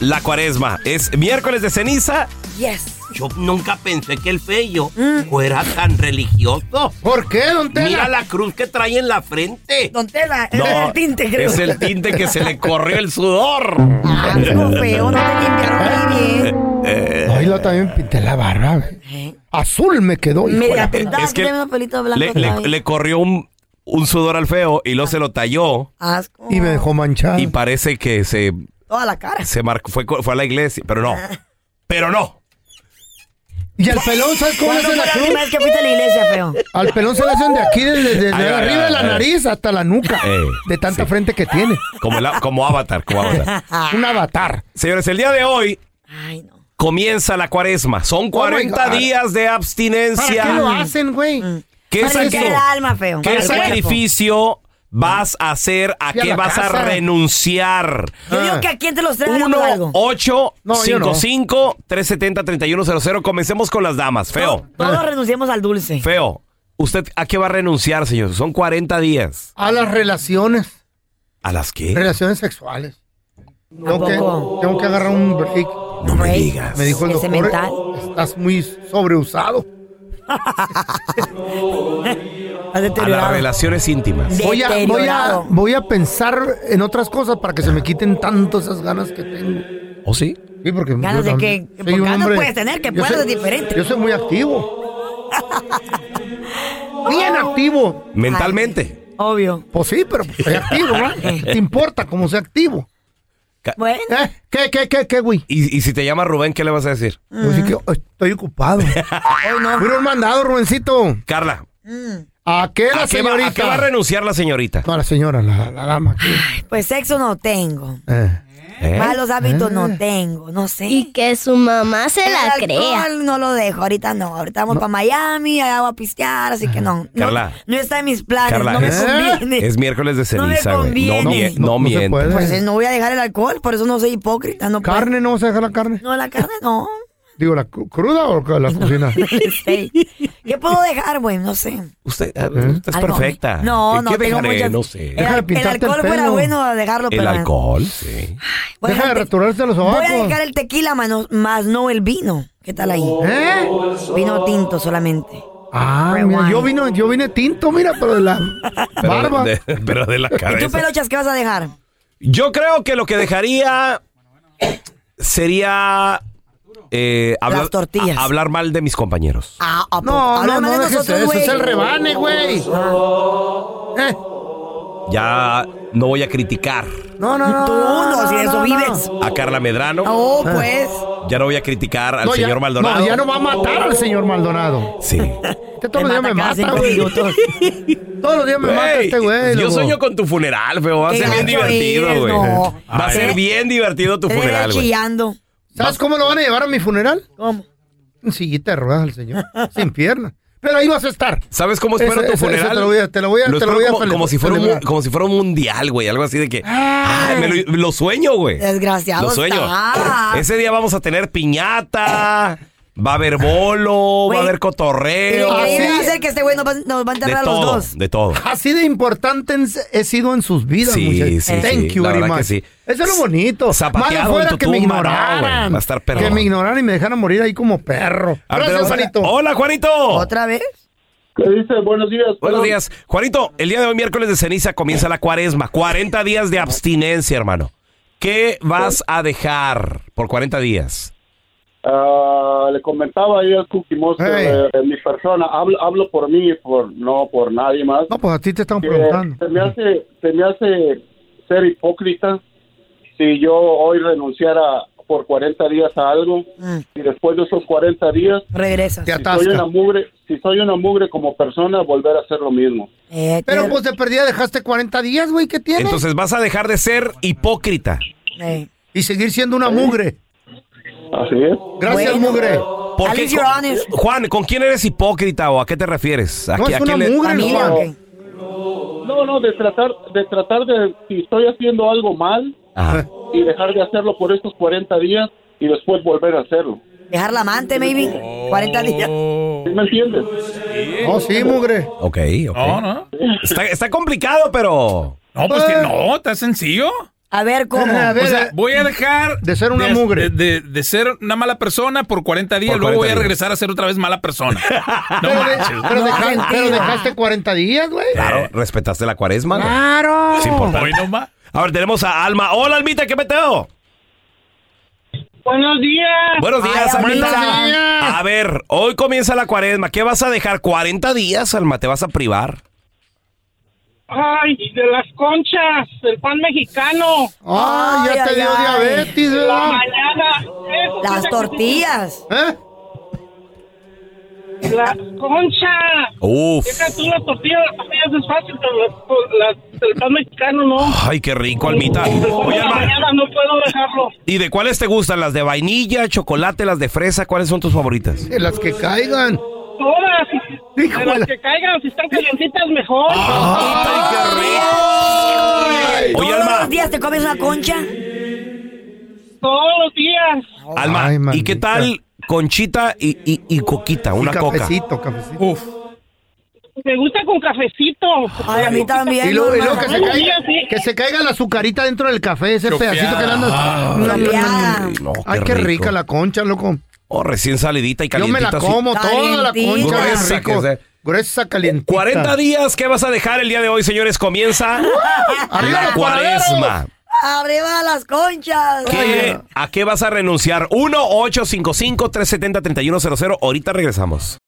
Speaker 2: la cuaresma. Es miércoles de ceniza.
Speaker 4: Yes. Mm.
Speaker 2: Yo nunca pensé que el feyo fuera tan religioso.
Speaker 3: ¿Por qué, don Tela?
Speaker 2: Mira la cruz que trae en la frente.
Speaker 4: Don Tela,
Speaker 2: No,
Speaker 4: es el tinte, creo.
Speaker 2: Es el tinte que se le corrió el sudor.
Speaker 4: Ah, algo feo, no te limpiaron muy bien.
Speaker 2: Eh,
Speaker 3: Ay, lo también pinté la barba. güey.
Speaker 4: ¿Eh?
Speaker 3: Azul me quedó. hijo de
Speaker 4: Media
Speaker 3: la-
Speaker 4: pintada,
Speaker 2: Es
Speaker 4: es
Speaker 2: que
Speaker 4: que unos pelitos blancos.
Speaker 2: Le, le-
Speaker 4: todavía. Ah.
Speaker 2: le corrió un, un sudor al feo y luego se lo talló
Speaker 4: Asco.
Speaker 3: Y me dejó manchar.
Speaker 2: y parece que se,
Speaker 4: Toda la cara.
Speaker 2: se marcó, fue, co- fue a la iglesia. Pero no. Pero no.
Speaker 3: Y al pelón, ¿sabes cómo le
Speaker 4: ¿Cuándo
Speaker 3: hacen
Speaker 4: fue
Speaker 3: la
Speaker 4: la última
Speaker 3: cruz?
Speaker 4: vez que fuiste a la iglesia, feo?
Speaker 3: Al pelón se le hacen de aquí, desde, desde
Speaker 2: Ay, ay,
Speaker 3: arriba
Speaker 2: ay,
Speaker 3: de la
Speaker 2: ay. Eh,
Speaker 3: nariz hasta la nuca.
Speaker 2: Ey,
Speaker 3: de tanta frente que tiene.
Speaker 2: Como, el a- como avatar, como avatar.
Speaker 3: Un avatar.
Speaker 2: Señores, el día de hoy
Speaker 4: Ay, no.
Speaker 2: comienza la cuaresma. Son 40
Speaker 3: God. ¿Para
Speaker 2: días de
Speaker 3: qué lo
Speaker 2: abstinencia.
Speaker 3: hacen, güey?
Speaker 4: Mm.
Speaker 2: ¿Qué,
Speaker 4: Para
Speaker 2: es
Speaker 4: limpiar
Speaker 2: esto?
Speaker 4: el alma, feo.
Speaker 2: ¿Qué
Speaker 4: Para el cuerpo.
Speaker 2: sacrificio vas a hacer? ¿A
Speaker 3: Fui a
Speaker 2: qué
Speaker 3: la
Speaker 2: vas a
Speaker 3: casa. Ah.
Speaker 2: renunciar?
Speaker 4: Yo digo que a quién te los trae algo.
Speaker 2: 1 8
Speaker 3: No, yo no.
Speaker 2: 55 370 3100 Comencemos con las damas. Feo,
Speaker 3: Ah.
Speaker 4: Todos renunciamos al dulce.
Speaker 2: feo. ¿Usted a qué va a renunciar, señor? Son 40 días.
Speaker 3: A las relaciones.
Speaker 2: ¿A las qué?
Speaker 3: Relaciones sexuales. Tengo que,
Speaker 4: poco?
Speaker 3: tengo que agarrar un break.
Speaker 2: No me digas.
Speaker 3: Me dijo el
Speaker 4: Ese
Speaker 3: doctor.
Speaker 4: mental.
Speaker 3: Estás muy sobreusado.
Speaker 12: A las relaciones íntimas.
Speaker 3: Voy a, voy, a, voy a pensar en otras cosas para que se me quiten tanto esas ganas que tengo.
Speaker 12: ¿O sí?
Speaker 3: Sí, porque
Speaker 4: Ganas
Speaker 3: yo
Speaker 4: de
Speaker 3: también
Speaker 4: que-
Speaker 3: soy
Speaker 4: porque
Speaker 3: un
Speaker 4: ganas
Speaker 3: hombre-
Speaker 4: puedes tener que
Speaker 3: yo
Speaker 4: puedas
Speaker 3: soy-
Speaker 4: diferente.
Speaker 3: Yo soy muy activo. Bien activo.
Speaker 12: Mentalmente.
Speaker 4: Obvio.
Speaker 3: Pues sí, pero pues, soy activo, ¿no?
Speaker 4: Eh.
Speaker 3: ¿Te importa cómo sea activo? ¿Eh?
Speaker 4: Bueno.
Speaker 3: ¿Qué, qué, qué, qué, güey?
Speaker 2: ¿Y, y si te llama Rubén, ¿qué le vas a decir?
Speaker 3: Pues sí que
Speaker 4: Ah.
Speaker 3: ay, estoy ocupado. Fueron mandado, Rubencito.
Speaker 2: Carla,
Speaker 4: Mm.
Speaker 3: ¿A qué la
Speaker 2: ¿a qué, va,
Speaker 3: señorita?
Speaker 2: a qué va a renunciar la señorita?
Speaker 3: No, la señora, la, la dama. aquí.
Speaker 4: Pues sexo no tengo.
Speaker 3: Eh.
Speaker 4: Malos hábitos
Speaker 3: Ah.
Speaker 4: no tengo, no sé. Y
Speaker 9: que su mamá se
Speaker 4: El
Speaker 9: la
Speaker 4: alcohol
Speaker 9: crea.
Speaker 4: no lo dejo, ahorita no. Ahorita vamos para Miami, allá voy a pistear, así que no. No,
Speaker 2: Carla.
Speaker 4: no está en mis planes,
Speaker 2: Carla,
Speaker 4: no me
Speaker 2: es,
Speaker 4: conviene.
Speaker 2: es miércoles de
Speaker 4: No me
Speaker 2: ceniza, güey. No,
Speaker 4: conviene.
Speaker 2: mie- no mientas.
Speaker 4: Pues eh, no voy a dejar el alcohol, por eso no soy hipócrita. No
Speaker 3: ¿Carne no vas a dejar la carne?
Speaker 4: No, la carne no.
Speaker 3: Digo, ¿la cru- cruda o la cocina?
Speaker 4: Sí. ¿Qué puedo dejar, güey? No sé.
Speaker 2: Usted,
Speaker 3: Eh.
Speaker 2: ah, usted es
Speaker 4: Algo.
Speaker 2: perfecta.
Speaker 4: No,
Speaker 2: ¿Qué-
Speaker 4: no,
Speaker 2: ¿Qué
Speaker 4: tengo
Speaker 2: dejaré?
Speaker 4: muchas-
Speaker 2: No sé.
Speaker 4: El, al- el alcohol fuera bueno a dejarlo,
Speaker 2: El
Speaker 4: pero.
Speaker 2: alcohol, sí.
Speaker 4: Voy a
Speaker 3: Deja de
Speaker 4: dejar-
Speaker 3: returarse los
Speaker 4: Voy a
Speaker 3: sobacos.
Speaker 4: dejar el tequila, mano, más no el vino. ¿Qué tal ahí?
Speaker 3: ¿Eh?
Speaker 4: Vino tinto solamente.
Speaker 3: Ah, mira, yo, vino, yo vine tinto, mira, pero de la
Speaker 2: Pero,
Speaker 3: barba.
Speaker 2: De, pero de la
Speaker 4: ¿Tú,
Speaker 2: cabeza.
Speaker 4: pelochas, qué vas a dejar?
Speaker 2: Yo creo que lo que dejaría sería eh, hablar,
Speaker 4: Las tortillas.
Speaker 2: a- hablar mal de mis compañeros.
Speaker 4: Ah, ah,
Speaker 3: No,
Speaker 4: habla
Speaker 3: no,
Speaker 4: mal
Speaker 3: no
Speaker 4: de
Speaker 3: dejes
Speaker 4: nosotros,
Speaker 3: eso,
Speaker 4: güey. Ah.
Speaker 3: es el rebane, güey. Eh,
Speaker 2: Ya no voy a criticar
Speaker 3: no, no, no.
Speaker 4: Tú no, si de eso vives.
Speaker 2: a Carla Medrano.
Speaker 4: Oh, pues.
Speaker 2: Ya no voy a criticar al
Speaker 3: No, ya-
Speaker 2: señor Maldonado.
Speaker 3: No, ya no va a matar al señor Maldonado.
Speaker 2: Sí.
Speaker 3: Este todos los días me
Speaker 4: cada
Speaker 3: mata,
Speaker 4: cinco
Speaker 3: güey.
Speaker 4: minutos.
Speaker 3: Todos los días me mata
Speaker 2: Güey,
Speaker 3: este güey.
Speaker 2: yo
Speaker 3: loco.
Speaker 2: sueño con tu funeral, feo. Va a
Speaker 4: Qué
Speaker 2: ser bien
Speaker 4: gacho eres,
Speaker 2: divertido, güey.
Speaker 4: no.
Speaker 2: Va a
Speaker 4: Ay.
Speaker 2: ser bien divertido tu
Speaker 4: Te debe
Speaker 2: funeral, güey.
Speaker 4: chillando.
Speaker 3: ¿Sabes cómo lo van a llevar a mi funeral?
Speaker 4: ¿Cómo?
Speaker 3: En sillita de ruedas al señor. sin pierna. Pero ahí vas a estar.
Speaker 2: ¿Sabes cómo espero
Speaker 3: Ese-
Speaker 2: tu
Speaker 3: ese- ese
Speaker 2: funeral?
Speaker 3: te lo voy a- te lo voy a- te lo
Speaker 2: espero
Speaker 3: voy a
Speaker 2: como,
Speaker 3: cele-
Speaker 2: como si fuera un, mu-
Speaker 3: celebrar.
Speaker 2: como si fuera un mundial, güey. Algo así de que. Ay, me lo, lo sueño, güey.
Speaker 4: Desgraciado
Speaker 2: Lo sueño.
Speaker 4: está.
Speaker 2: Ese día vamos a tener piñata, va a haber bolo, va a
Speaker 4: Güey,
Speaker 2: haber
Speaker 4: Pero
Speaker 3: Ah,
Speaker 2: cotorreo.
Speaker 4: increíble va a ser que este güey nos va, nos va a
Speaker 2: De
Speaker 4: enterrar a los
Speaker 2: todo,
Speaker 4: dos.
Speaker 2: de todo.
Speaker 3: Así de importante en- he sido en sus vidas,
Speaker 2: Sí,
Speaker 3: muchachos.
Speaker 2: sí,
Speaker 3: Thank
Speaker 2: sí,
Speaker 3: you
Speaker 2: la
Speaker 3: very
Speaker 2: verdad
Speaker 3: much.
Speaker 2: que sí.
Speaker 3: Eso es lo bonito.
Speaker 2: Zapateado
Speaker 3: Malo
Speaker 2: en
Speaker 3: fuera
Speaker 2: tu
Speaker 3: que me
Speaker 2: tumba, no,
Speaker 3: ignoraran.
Speaker 2: güey. Va a estar perrón.
Speaker 3: que me ignoraran y me dejaran morir ahí como perro.
Speaker 2: Ahora
Speaker 3: Gracias,
Speaker 2: tenemos a-
Speaker 3: Juanito.
Speaker 2: Hola, Juanito.
Speaker 4: ¿Otra vez?
Speaker 13: ¿Qué dice? Buenos días.
Speaker 2: Buenos días. Juanito, el día de hoy, miércoles de ceniza, comienza la cuaresma. 40 días de abstinencia, hermano. ¿Qué vas a dejar por 40 días?
Speaker 13: Ah, le comentaba ahí al Cookie Monster
Speaker 3: Hey.
Speaker 13: eh, en mi persona, hablo, hablo por mí, por no por nadie más.
Speaker 3: No, pues a ti te están
Speaker 13: que
Speaker 3: preguntando.
Speaker 13: se me hace, se me hace ser hipócrita si yo hoy renunciara por 40 días a algo
Speaker 4: Mm,
Speaker 13: y después de esos 40 días,
Speaker 4: Regresas.
Speaker 3: Te
Speaker 13: si soy una
Speaker 3: atasca.
Speaker 13: mugre, si soy una mugre como persona, volver a hacer lo mismo.
Speaker 4: Eh,
Speaker 3: Pero
Speaker 4: te-
Speaker 3: pues de perdida dejaste 40 días, güey. ¿Qué tienes?
Speaker 2: Entonces vas a dejar de ser hipócrita.
Speaker 4: eh.
Speaker 3: y seguir siendo una mugre.
Speaker 13: Así es.
Speaker 3: Gracias,
Speaker 4: Bueno.
Speaker 3: mugre.
Speaker 2: ¿Por
Speaker 4: At
Speaker 2: qué-
Speaker 4: least you're honest.
Speaker 2: Juan, ¿con quién eres hipócrita o a qué te refieres? ¿A
Speaker 3: No
Speaker 2: qui-
Speaker 3: es
Speaker 2: a
Speaker 3: una
Speaker 2: quién le-
Speaker 3: mugre,
Speaker 4: Familia,
Speaker 3: Juan.
Speaker 4: ok.
Speaker 13: No, no, de tratar, de tratar de, si estoy haciendo algo mal
Speaker 2: Ajá.
Speaker 13: y dejar de hacerlo por estos 40 días y después volver a hacerlo.
Speaker 4: Dejar la amante, maybe.
Speaker 13: Oh.
Speaker 4: 40 días.
Speaker 13: ¿Sí me entiendes?
Speaker 3: Oh, sí, mugre.
Speaker 2: Ok, ok.
Speaker 1: No, no.
Speaker 2: Está, está complicado, pero. Ah.
Speaker 1: No, pues que no, está sencillo.
Speaker 4: A ver cómo.
Speaker 3: A ver, eh,
Speaker 1: O sea, voy a dejar
Speaker 3: De ser una
Speaker 1: de,
Speaker 3: mugre.
Speaker 1: De, de- de ser una mala persona por 40 días,
Speaker 2: Por
Speaker 1: luego
Speaker 2: 40
Speaker 1: voy a
Speaker 2: días.
Speaker 1: regresar a ser otra vez mala persona. No
Speaker 3: pero, de-
Speaker 1: manches.
Speaker 3: pero
Speaker 4: No,
Speaker 3: deja-
Speaker 4: sentido.
Speaker 3: pero dejaste 40 días, güey.
Speaker 2: Claro, respetaste la cuaresma. güey.
Speaker 3: Claro.
Speaker 2: Es importante.
Speaker 1: Eh. Hoy nomás.
Speaker 2: A ver, tenemos a Alma. Hola, Almita, ¿qué meteo?
Speaker 14: Buenos días.
Speaker 2: Buenos días,
Speaker 4: Ay,
Speaker 2: Almita.
Speaker 4: Almita.
Speaker 2: A ver, hoy comienza la cuaresma. ¿Qué vas a dejar? 40 días, Alma, te vas a privar.
Speaker 14: Ay, de las conchas, el pan mexicano,
Speaker 3: Ah, ya
Speaker 4: Ay,
Speaker 3: te
Speaker 4: ay,
Speaker 3: dio
Speaker 4: ay.
Speaker 3: diabetes,
Speaker 14: la
Speaker 3: ¿verdad?
Speaker 14: mañana, eso sí
Speaker 4: Las
Speaker 14: me-
Speaker 4: tortillas.
Speaker 3: ¿Eh?
Speaker 14: Las conchas.
Speaker 2: Uf.
Speaker 14: Deja tú las tortillas, las tortillas es fácil, pero las, las- el pan mexicano no.
Speaker 2: Ay, qué rico, Almita.
Speaker 14: Después
Speaker 2: Oye,
Speaker 14: de la
Speaker 2: Alma,
Speaker 14: mañana no puedo dejarlo.
Speaker 2: ¿y de cuáles te gustan? ¿Las de vainilla, chocolate, las de fresa? ¿Cuáles son tus favoritas?
Speaker 3: Que Las que caigan.
Speaker 14: Todas, de
Speaker 3: Híjole.
Speaker 14: las que caigan, si están calientitas mejor.
Speaker 2: ¡Ay, qué rico! Oye,
Speaker 4: Todos
Speaker 2: Alma.
Speaker 4: los días te comes una concha.
Speaker 14: Todos los días.
Speaker 2: Alma,
Speaker 3: Ay,
Speaker 2: ¿y
Speaker 3: mamita.
Speaker 2: qué tal conchita y, y- y coquita? Una
Speaker 3: Y
Speaker 2: coca.
Speaker 3: cafecito, cafecito.
Speaker 1: Uf.
Speaker 15: me gusta con cafecito.
Speaker 4: Ay, a mí también,
Speaker 3: Y luego, y luego que,
Speaker 15: hermano.
Speaker 3: se
Speaker 15: Ay,
Speaker 3: caiga,
Speaker 15: sí, sí.
Speaker 3: que se caiga la azucarita dentro del café, ese
Speaker 2: Chopeada.
Speaker 3: pedacito que le andas.
Speaker 2: Ah,
Speaker 3: No, no, no,
Speaker 2: chopeada.
Speaker 3: no, no.
Speaker 2: No, qué
Speaker 3: Ay, qué
Speaker 2: rico.
Speaker 3: rica la concha, loco.
Speaker 2: Oh, recién salidita y
Speaker 3: Yo me
Speaker 2: calientita.
Speaker 3: la como
Speaker 2: así.
Speaker 3: toda la concha,
Speaker 2: Gruesa
Speaker 3: rico.
Speaker 2: que sea.
Speaker 3: Gruesa, calientita.
Speaker 2: 40 días, ¿qué vas a dejar el día de hoy, señores? Comienza la cuaresma.
Speaker 4: Arriba las conchas.
Speaker 2: ¿Qué- ¿A qué vas a renunciar? 1-855-370-3100. Ahorita regresamos.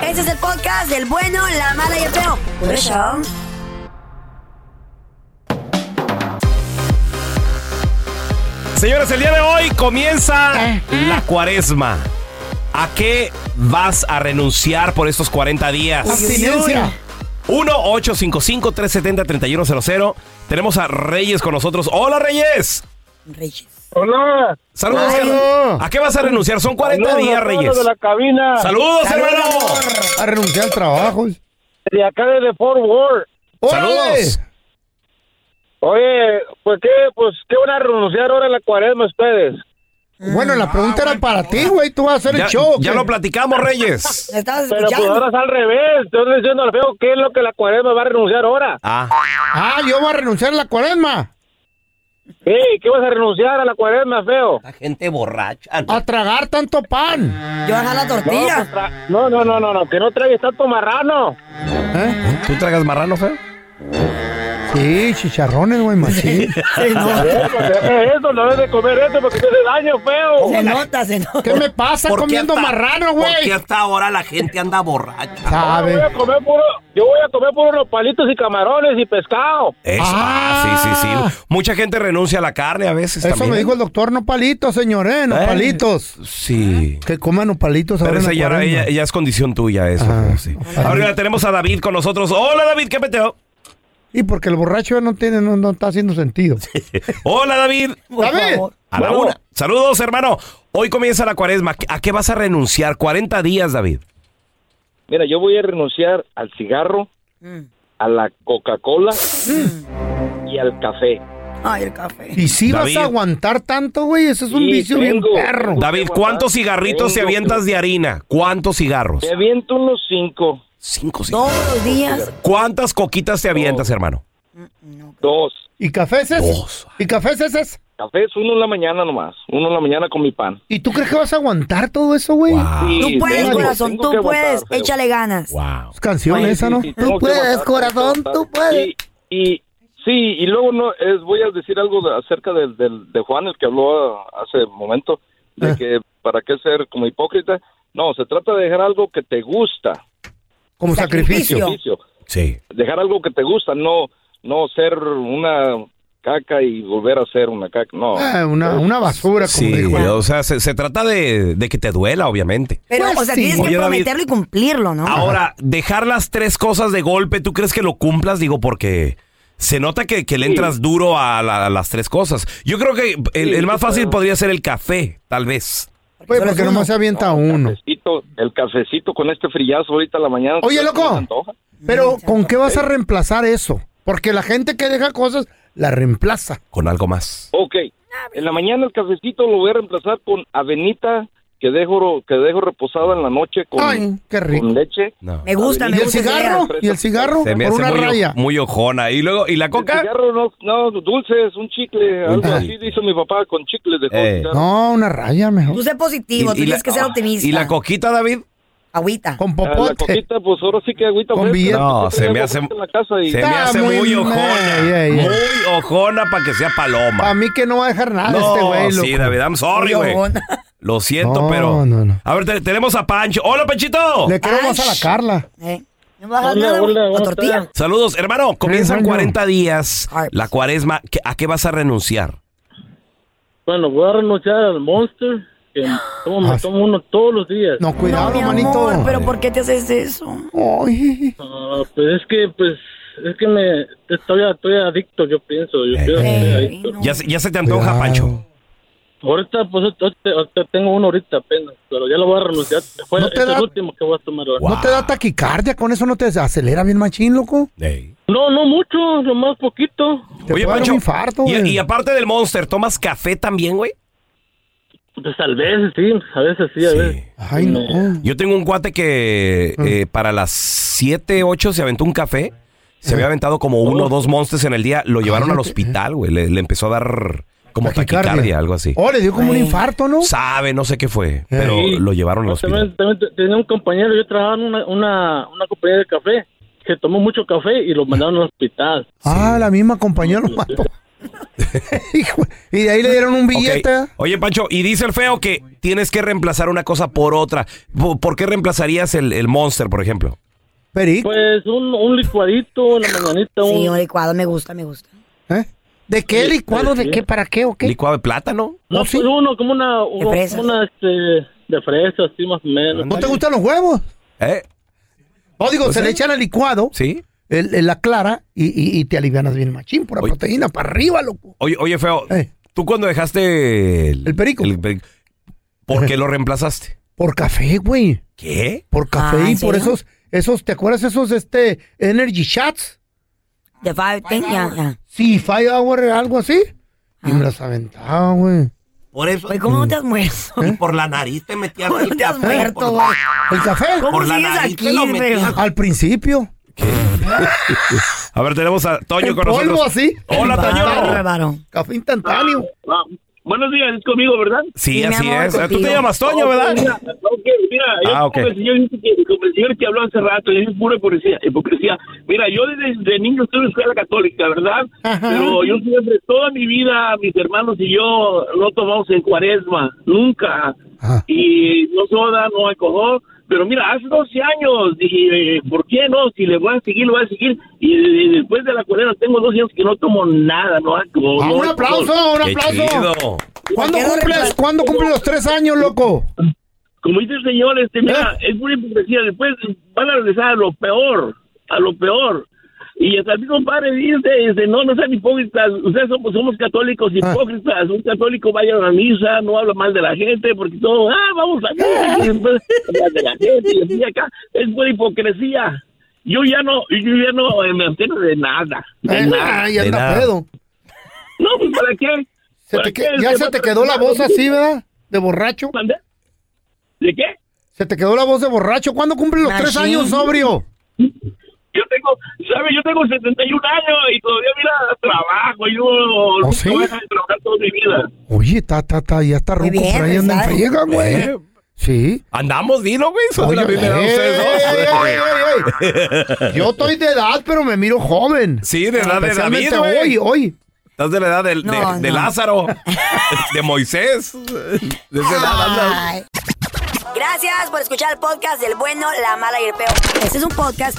Speaker 4: Este es el podcast del bueno, la mala y el feo. Por eso.
Speaker 2: Señores, el día de hoy comienza la cuaresma. ¿A qué vas a renunciar por estos 40 días?
Speaker 3: Abstinencia.
Speaker 2: 1-855-370-3100. Tenemos a Reyes con nosotros. ¡Hola, Reyes!
Speaker 4: Reyes.
Speaker 2: ¡Hola! Saludos,
Speaker 3: Ay.
Speaker 2: carnal. ¿A qué vas a renunciar? Son 40
Speaker 3: Saludos
Speaker 2: días,
Speaker 3: a todos
Speaker 2: Reyes.
Speaker 3: los de la
Speaker 2: cabina. ¡Saludos, hermano!
Speaker 3: A renunciar al trabajo.
Speaker 16: De acá desde Fort Worth.
Speaker 2: ¡Saludos!
Speaker 16: Oye, pues qué, pues qué van a renunciar ahora en la cuaresma ustedes.
Speaker 3: Bueno,
Speaker 2: Ah,
Speaker 3: la pregunta era para ti, güey. Tú vas a hacer el show. ¿qué?
Speaker 16: Pero pues
Speaker 3: escuchando.
Speaker 16: ahora es al revés. Estoy diciendo al feo qué es lo que la cuaresma va a renunciar ahora.
Speaker 2: Ah.
Speaker 3: Ah, yo voy a renunciar a la cuaresma.
Speaker 16: Ey, ¿qué vas a renunciar a la cuaresma, feo? La
Speaker 2: gente borracha.
Speaker 3: A tragar tanto pan.
Speaker 4: Yo a la
Speaker 16: No, pues, tra- no, no, no, no, no, que no traigas tanto marrano.
Speaker 2: ¿Tú tragas marrano, feo?
Speaker 3: Sí, chicharrones, güey, machín.
Speaker 16: no. Eso, no debes pues, de comer eso porque te hace daño, feo.
Speaker 4: Se nota, se nota.
Speaker 3: ¿Qué me pasa
Speaker 13: ¿Por qué
Speaker 3: comiendo
Speaker 13: hasta-
Speaker 3: marrano,
Speaker 13: ¿Por
Speaker 3: güey?
Speaker 13: qué hasta ahora la gente anda borracha?
Speaker 3: Sabe.
Speaker 16: Yo voy a comer puro, yo voy a comer puro los palitos y camarones y pescado.
Speaker 2: Eso, ah, sí, sí, sí. Mucha gente renuncia a la carne a veces
Speaker 3: Eso
Speaker 2: también.
Speaker 3: me dijo el doctor, no palitos, señor, ¿eh? No
Speaker 2: Eh,
Speaker 3: palitos.
Speaker 2: Sí.
Speaker 3: Que coman los palitos
Speaker 2: Pero
Speaker 3: ahora. Ah,
Speaker 2: esa
Speaker 3: en
Speaker 2: ya,
Speaker 3: la cuaresma.
Speaker 2: ya- ya es condición tuya eso. feo, sí. Ahora tenemos a David con nosotros. Hola, David, ¿qué peteo?
Speaker 3: Y porque el borracho no tiene, no, no está haciendo sentido.
Speaker 2: Hola, David.
Speaker 3: David.
Speaker 2: A la
Speaker 3: Bueno.
Speaker 2: una. Saludos, hermano. Hoy comienza la cuaresma. ¿A qué vas a renunciar? 40 días, David.
Speaker 16: Mira, yo voy a renunciar al cigarro,
Speaker 4: Mm.
Speaker 16: a la Coca-Cola y al café.
Speaker 4: Ay, el café.
Speaker 3: Y si vas a aguantar tanto, güey, ese es un
Speaker 16: Sí,
Speaker 3: vicio bien
Speaker 16: tengo.
Speaker 3: perro.
Speaker 2: David, ¿cuántos cigarritos te avientas de harina? ¿Cuántos cigarros?
Speaker 16: Te aviento unos cinco.
Speaker 2: Cinco,
Speaker 4: Todos los días.
Speaker 2: ¿Cuántas coquitas te avientas, hermano?
Speaker 16: Dos.
Speaker 3: ¿Y café es ese? ¿Y café es ese?
Speaker 16: Café es uno en la mañana nomás. Uno en la mañana con mi pan.
Speaker 3: ¿Y tú crees que vas a aguantar todo eso, güey?
Speaker 16: Sí,
Speaker 4: Tú puedes,
Speaker 16: tengo-
Speaker 4: corazón,
Speaker 16: tengo
Speaker 4: tú
Speaker 16: que
Speaker 4: puedes.
Speaker 16: aguantar, feo.
Speaker 4: Échale ganas.
Speaker 2: Wow.
Speaker 3: Es canción
Speaker 16: Sí,
Speaker 3: esa,
Speaker 16: sí,
Speaker 3: ¿no?
Speaker 16: sí, tengo que aguantar, tengo que aguantar. Y, y- sí, y luego no es, voy a decir algo de- acerca del del- de Juan, el que habló ah, hace momento,
Speaker 3: Ah.
Speaker 16: de que para qué ser como hipócrita. No, se trata de dejar algo que te gusta.
Speaker 3: Como sacrificio.
Speaker 16: Sacrificio.
Speaker 2: Sí.
Speaker 16: Dejar algo que te gusta, no no ser una caca y volver a ser una caca. No.
Speaker 3: Ah, una, una basura, como
Speaker 2: Sí,
Speaker 3: dijo.
Speaker 2: o sea, se, se trata de, de que te duela, obviamente.
Speaker 4: Pero,
Speaker 3: Pues
Speaker 4: o sea, tienes que
Speaker 2: Oye, David,
Speaker 4: prometerlo y cumplirlo, ¿no?
Speaker 2: Ahora, dejar las tres cosas de golpe, ¿tú crees que lo cumplas? Digo, porque se nota que, que le entras duro a, la- a las tres cosas. Yo creo que el, el más fácil podría ser el café, tal vez.
Speaker 3: Oye, porque nomás se avienta uno.
Speaker 16: Cafecito, el cafecito con este frillazo ahorita a la mañana.
Speaker 3: Oye,
Speaker 16: ¿sabes
Speaker 3: loco.
Speaker 16: cómo se antoja?
Speaker 3: Pero, ¿con qué vas a reemplazar eso? Porque la gente que deja cosas, la reemplaza.
Speaker 2: Con algo más.
Speaker 16: Ok. En la mañana el cafecito lo voy a reemplazar con avenita que dejo, que dejo reposada en la noche con,
Speaker 3: Ay, qué rico.
Speaker 16: con leche.
Speaker 3: Me gusta, me ¿Y el gusta esa cigarro? idea. ¿Y el cigarro?
Speaker 2: Se me
Speaker 3: Por
Speaker 2: hace
Speaker 3: una
Speaker 2: muy,
Speaker 3: raya.
Speaker 2: muy ojona. Y luego, ¿y la
Speaker 16: El
Speaker 2: coca?
Speaker 16: cigarro no, no, dulces, un chicle, algo así, dice mi papá, con chicles de
Speaker 2: Eh.
Speaker 16: coca.
Speaker 3: No, una raya mejor.
Speaker 4: Tú sé positivo,
Speaker 2: Y- y
Speaker 4: tienes
Speaker 2: la- ah,
Speaker 4: que ser optimista.
Speaker 2: ¿Y la coquita, David?
Speaker 4: Agüita.
Speaker 3: Con
Speaker 16: Ah, La coquita, pues ahora sí que agüita.
Speaker 2: Con
Speaker 16: fresca.
Speaker 2: billete. No, se me hace-
Speaker 16: En la casa y-
Speaker 2: Se me hace muy, ojona. Muy ojona para que sea paloma.
Speaker 3: A mí que no va a dejar nada
Speaker 2: No,
Speaker 3: este güey, loco.
Speaker 2: sí, David, I'm
Speaker 3: Muy
Speaker 2: sorry, güey.
Speaker 3: ojona.
Speaker 2: Lo siento,
Speaker 3: No,
Speaker 2: pero. A ver, te- tenemos a Pancho. ¡Hola, Panchito!
Speaker 3: Le quiero más a la Carla.
Speaker 4: Eh, No bajas nada, la tortilla.
Speaker 2: Saludos, hermano. Comienzan
Speaker 4: años.
Speaker 2: 40 días. La cuaresma. ¿Qué- ¿A qué vas a renunciar?
Speaker 7: Bueno, voy a renunciar al Monster, que tomo, me tomo uno todos los días.
Speaker 3: No,
Speaker 4: No, mi amor, pero ¿por qué te haces eso?
Speaker 7: Ah, pues es que, pues, es que me, estoy, estoy adicto, yo pienso.
Speaker 3: Eh,
Speaker 7: Yo pienso que estoy adicto.
Speaker 2: Ya, se- ya se te antoja, Pancho.
Speaker 7: Ahorita, pues, ahorita- ahorita tengo uno ahorita apenas, pero ya lo voy a renunciar. Fue
Speaker 3: ¿No te
Speaker 7: es
Speaker 3: da-
Speaker 7: el último que voy a tomar ahora.
Speaker 3: ¿No te da taquicardia? ¿Con eso no te acelera bien machín, loco?
Speaker 7: No, no mucho, nomás poquito.
Speaker 3: Te puede dar un infarto,
Speaker 2: y-
Speaker 3: güey.
Speaker 2: y aparte del Monster, ¿tomas café también, güey?
Speaker 7: Pues a veces sí, a veces sí, a veces.
Speaker 3: Ay, no. Ah.
Speaker 2: Yo tengo un cuate que eh, para las 7, 8 se aventó un café. Se
Speaker 3: Eh.
Speaker 2: había aventado como uno o dos monsters en el día. Lo llevaron al hospital, güey. Le, le empezó a dar como taquicardia, algo así.
Speaker 3: Oh, le dio como un infarto, ¿no? Eh.
Speaker 2: Sabe, no sé qué fue. Pero lo llevaron al hospital.
Speaker 7: También, también te- tenía un compañero, yo trabajaba en una, una, una compañía de café, que tomó mucho café y lo mandaron al hospital.
Speaker 3: Ah, la misma compañía lo mató. Hijo, y de ahí le dieron un billete.
Speaker 2: Ok. Oye, Pancho, y dice el feo que tienes que reemplazar una cosa por otra. ¿Por, por qué reemplazarías el, el monster, por ejemplo?
Speaker 7: Pues un, un licuadito, una mañanita, un...
Speaker 4: Sí, un licuado, me gusta, me gusta.
Speaker 3: ¿De
Speaker 7: qué licuado? ¿De qué?
Speaker 3: ¿Para qué o qué?
Speaker 2: Licuado de plátano.
Speaker 7: No, pues uno, como una... como
Speaker 3: fresas.
Speaker 7: una, este, de fresas, así más o menos.
Speaker 3: ¿No te gustan los huevos?
Speaker 2: ¿Eh?
Speaker 3: No, digo,
Speaker 7: Pues
Speaker 3: se le
Speaker 7: sí.
Speaker 3: echan al licuado.
Speaker 2: Sí.
Speaker 3: la clara y, y- y te alivianas bien machín, pura proteína, para arriba, loco.
Speaker 2: Oye, oye feo, tú cuando dejaste el, perico. ¿Por qué lo reemplazaste?
Speaker 3: Por café, güey.
Speaker 2: ¿Qué?
Speaker 3: Por café
Speaker 2: Ah,
Speaker 3: y
Speaker 2: ¿en
Speaker 3: por
Speaker 2: serio?
Speaker 3: esos, esos, ¿te acuerdas esos, este, energy shots?
Speaker 4: De five, ten, ya, ya.
Speaker 3: Sí, five hour, algo así. Y me las aventaba, güey.
Speaker 17: Por eso.
Speaker 4: Güey,
Speaker 2: Mm.
Speaker 4: ¿cómo no te has muerto?
Speaker 3: ¿Eh?
Speaker 17: Y por la nariz te metías el café.
Speaker 4: has muerto,
Speaker 17: por-
Speaker 4: güey?
Speaker 3: ¿El café?
Speaker 17: ¿Cómo Por la sigues nariz aquí, te lo metías. feo?
Speaker 3: Al principio.
Speaker 2: a ver, tenemos a Toño con
Speaker 3: polvo
Speaker 2: nosotros.
Speaker 3: así.
Speaker 2: Hola, Toño.
Speaker 3: Café instantáneo.
Speaker 13: Ah, Buenos días, es conmigo, ¿verdad?
Speaker 2: Sí, Sí, mi así amor, es. Ah, Tú te contigo. llamas Toño,
Speaker 13: Ok,
Speaker 2: ¿verdad?
Speaker 13: Mira, ok, mira, yo
Speaker 2: Ah, ok.
Speaker 13: como, el señor, que- como el señor que habló hace rato, es pura hipocresía, hipocresía. Mira, yo desde, desde niño estuve en escuela católica, ¿verdad? Pero yo siempre, toda mi vida, mis hermanos y yo no tomamos en cuaresma, nunca. Y no soda, no alcohol. Pero mira, hace 12 años dije, eh, ¿por qué no? Si le voy a seguir, lo voy a seguir. Y, eh, después de la cuaresma tengo 12 años que no tomo nada, no alcohol.
Speaker 3: Ah,
Speaker 13: no
Speaker 3: un
Speaker 13: alcohol.
Speaker 3: aplauso, un aplauso. ¿Cuándo cumples, ¿Cuándo cumples los tres años, loco?
Speaker 13: Como dice el señor, este,
Speaker 3: Ah.
Speaker 13: mira, es una hipocresía. Después van a regresar a lo peor, a lo peor. Y hasta mi compadre dice, este, no, no sean hipócritas. Ustedes somos, somos católicos
Speaker 3: Ah.
Speaker 13: hipócritas. Un católico vaya a la misa, no habla mal de la gente, porque todo, ah, vamos a misa, y después habla de la gente, y así acá. Es pura hipocresía. Yo ya no, yo ya no eh, me abstengo de nada. De
Speaker 3: Eh,
Speaker 13: nada.
Speaker 3: ay, anda pedo.
Speaker 13: No, pues, ¿para qué?
Speaker 3: Se
Speaker 13: ¿Para
Speaker 3: te que-
Speaker 13: qué?
Speaker 3: ya
Speaker 13: Se
Speaker 3: se
Speaker 13: va
Speaker 3: te
Speaker 13: a-
Speaker 3: quedó la voz así, ¿verdad? De borracho.
Speaker 13: ¿De qué?
Speaker 3: Se te quedó la voz de borracho. ¿Cuándo cumples los tres
Speaker 13: Machín.
Speaker 3: años, sobrio?
Speaker 13: Yo tengo, ¿sabes? Yo tengo 71 años y todavía, mira, trabajo. Yo no
Speaker 3: sí?
Speaker 13: voy a dejar de trabajar toda mi vida.
Speaker 3: Oye, ta, ta, ta, ya está
Speaker 13: Muy
Speaker 3: ruco,
Speaker 13: bien,
Speaker 3: pero ahí anda en
Speaker 13: ¿sabes?
Speaker 3: friega, güey.
Speaker 2: Eh.
Speaker 3: Sí.
Speaker 2: Andamos, dilo, güey. Son de la
Speaker 3: Oye,
Speaker 2: misma edad
Speaker 3: eh,
Speaker 2: ustedes dos.
Speaker 3: eh, Yo estoy de edad, pero me miro joven.
Speaker 2: Sí, de edad de David,
Speaker 3: Especialmente hoy,
Speaker 2: güey.
Speaker 3: hoy.
Speaker 2: Estás de la edad del- de,
Speaker 3: No,
Speaker 2: de
Speaker 3: no.
Speaker 2: Lázaro, de Moisés. De esa edad
Speaker 17: Ah.
Speaker 2: andas.
Speaker 4: Gracias por escuchar el podcast del bueno, la mala y el peor. Este es un podcast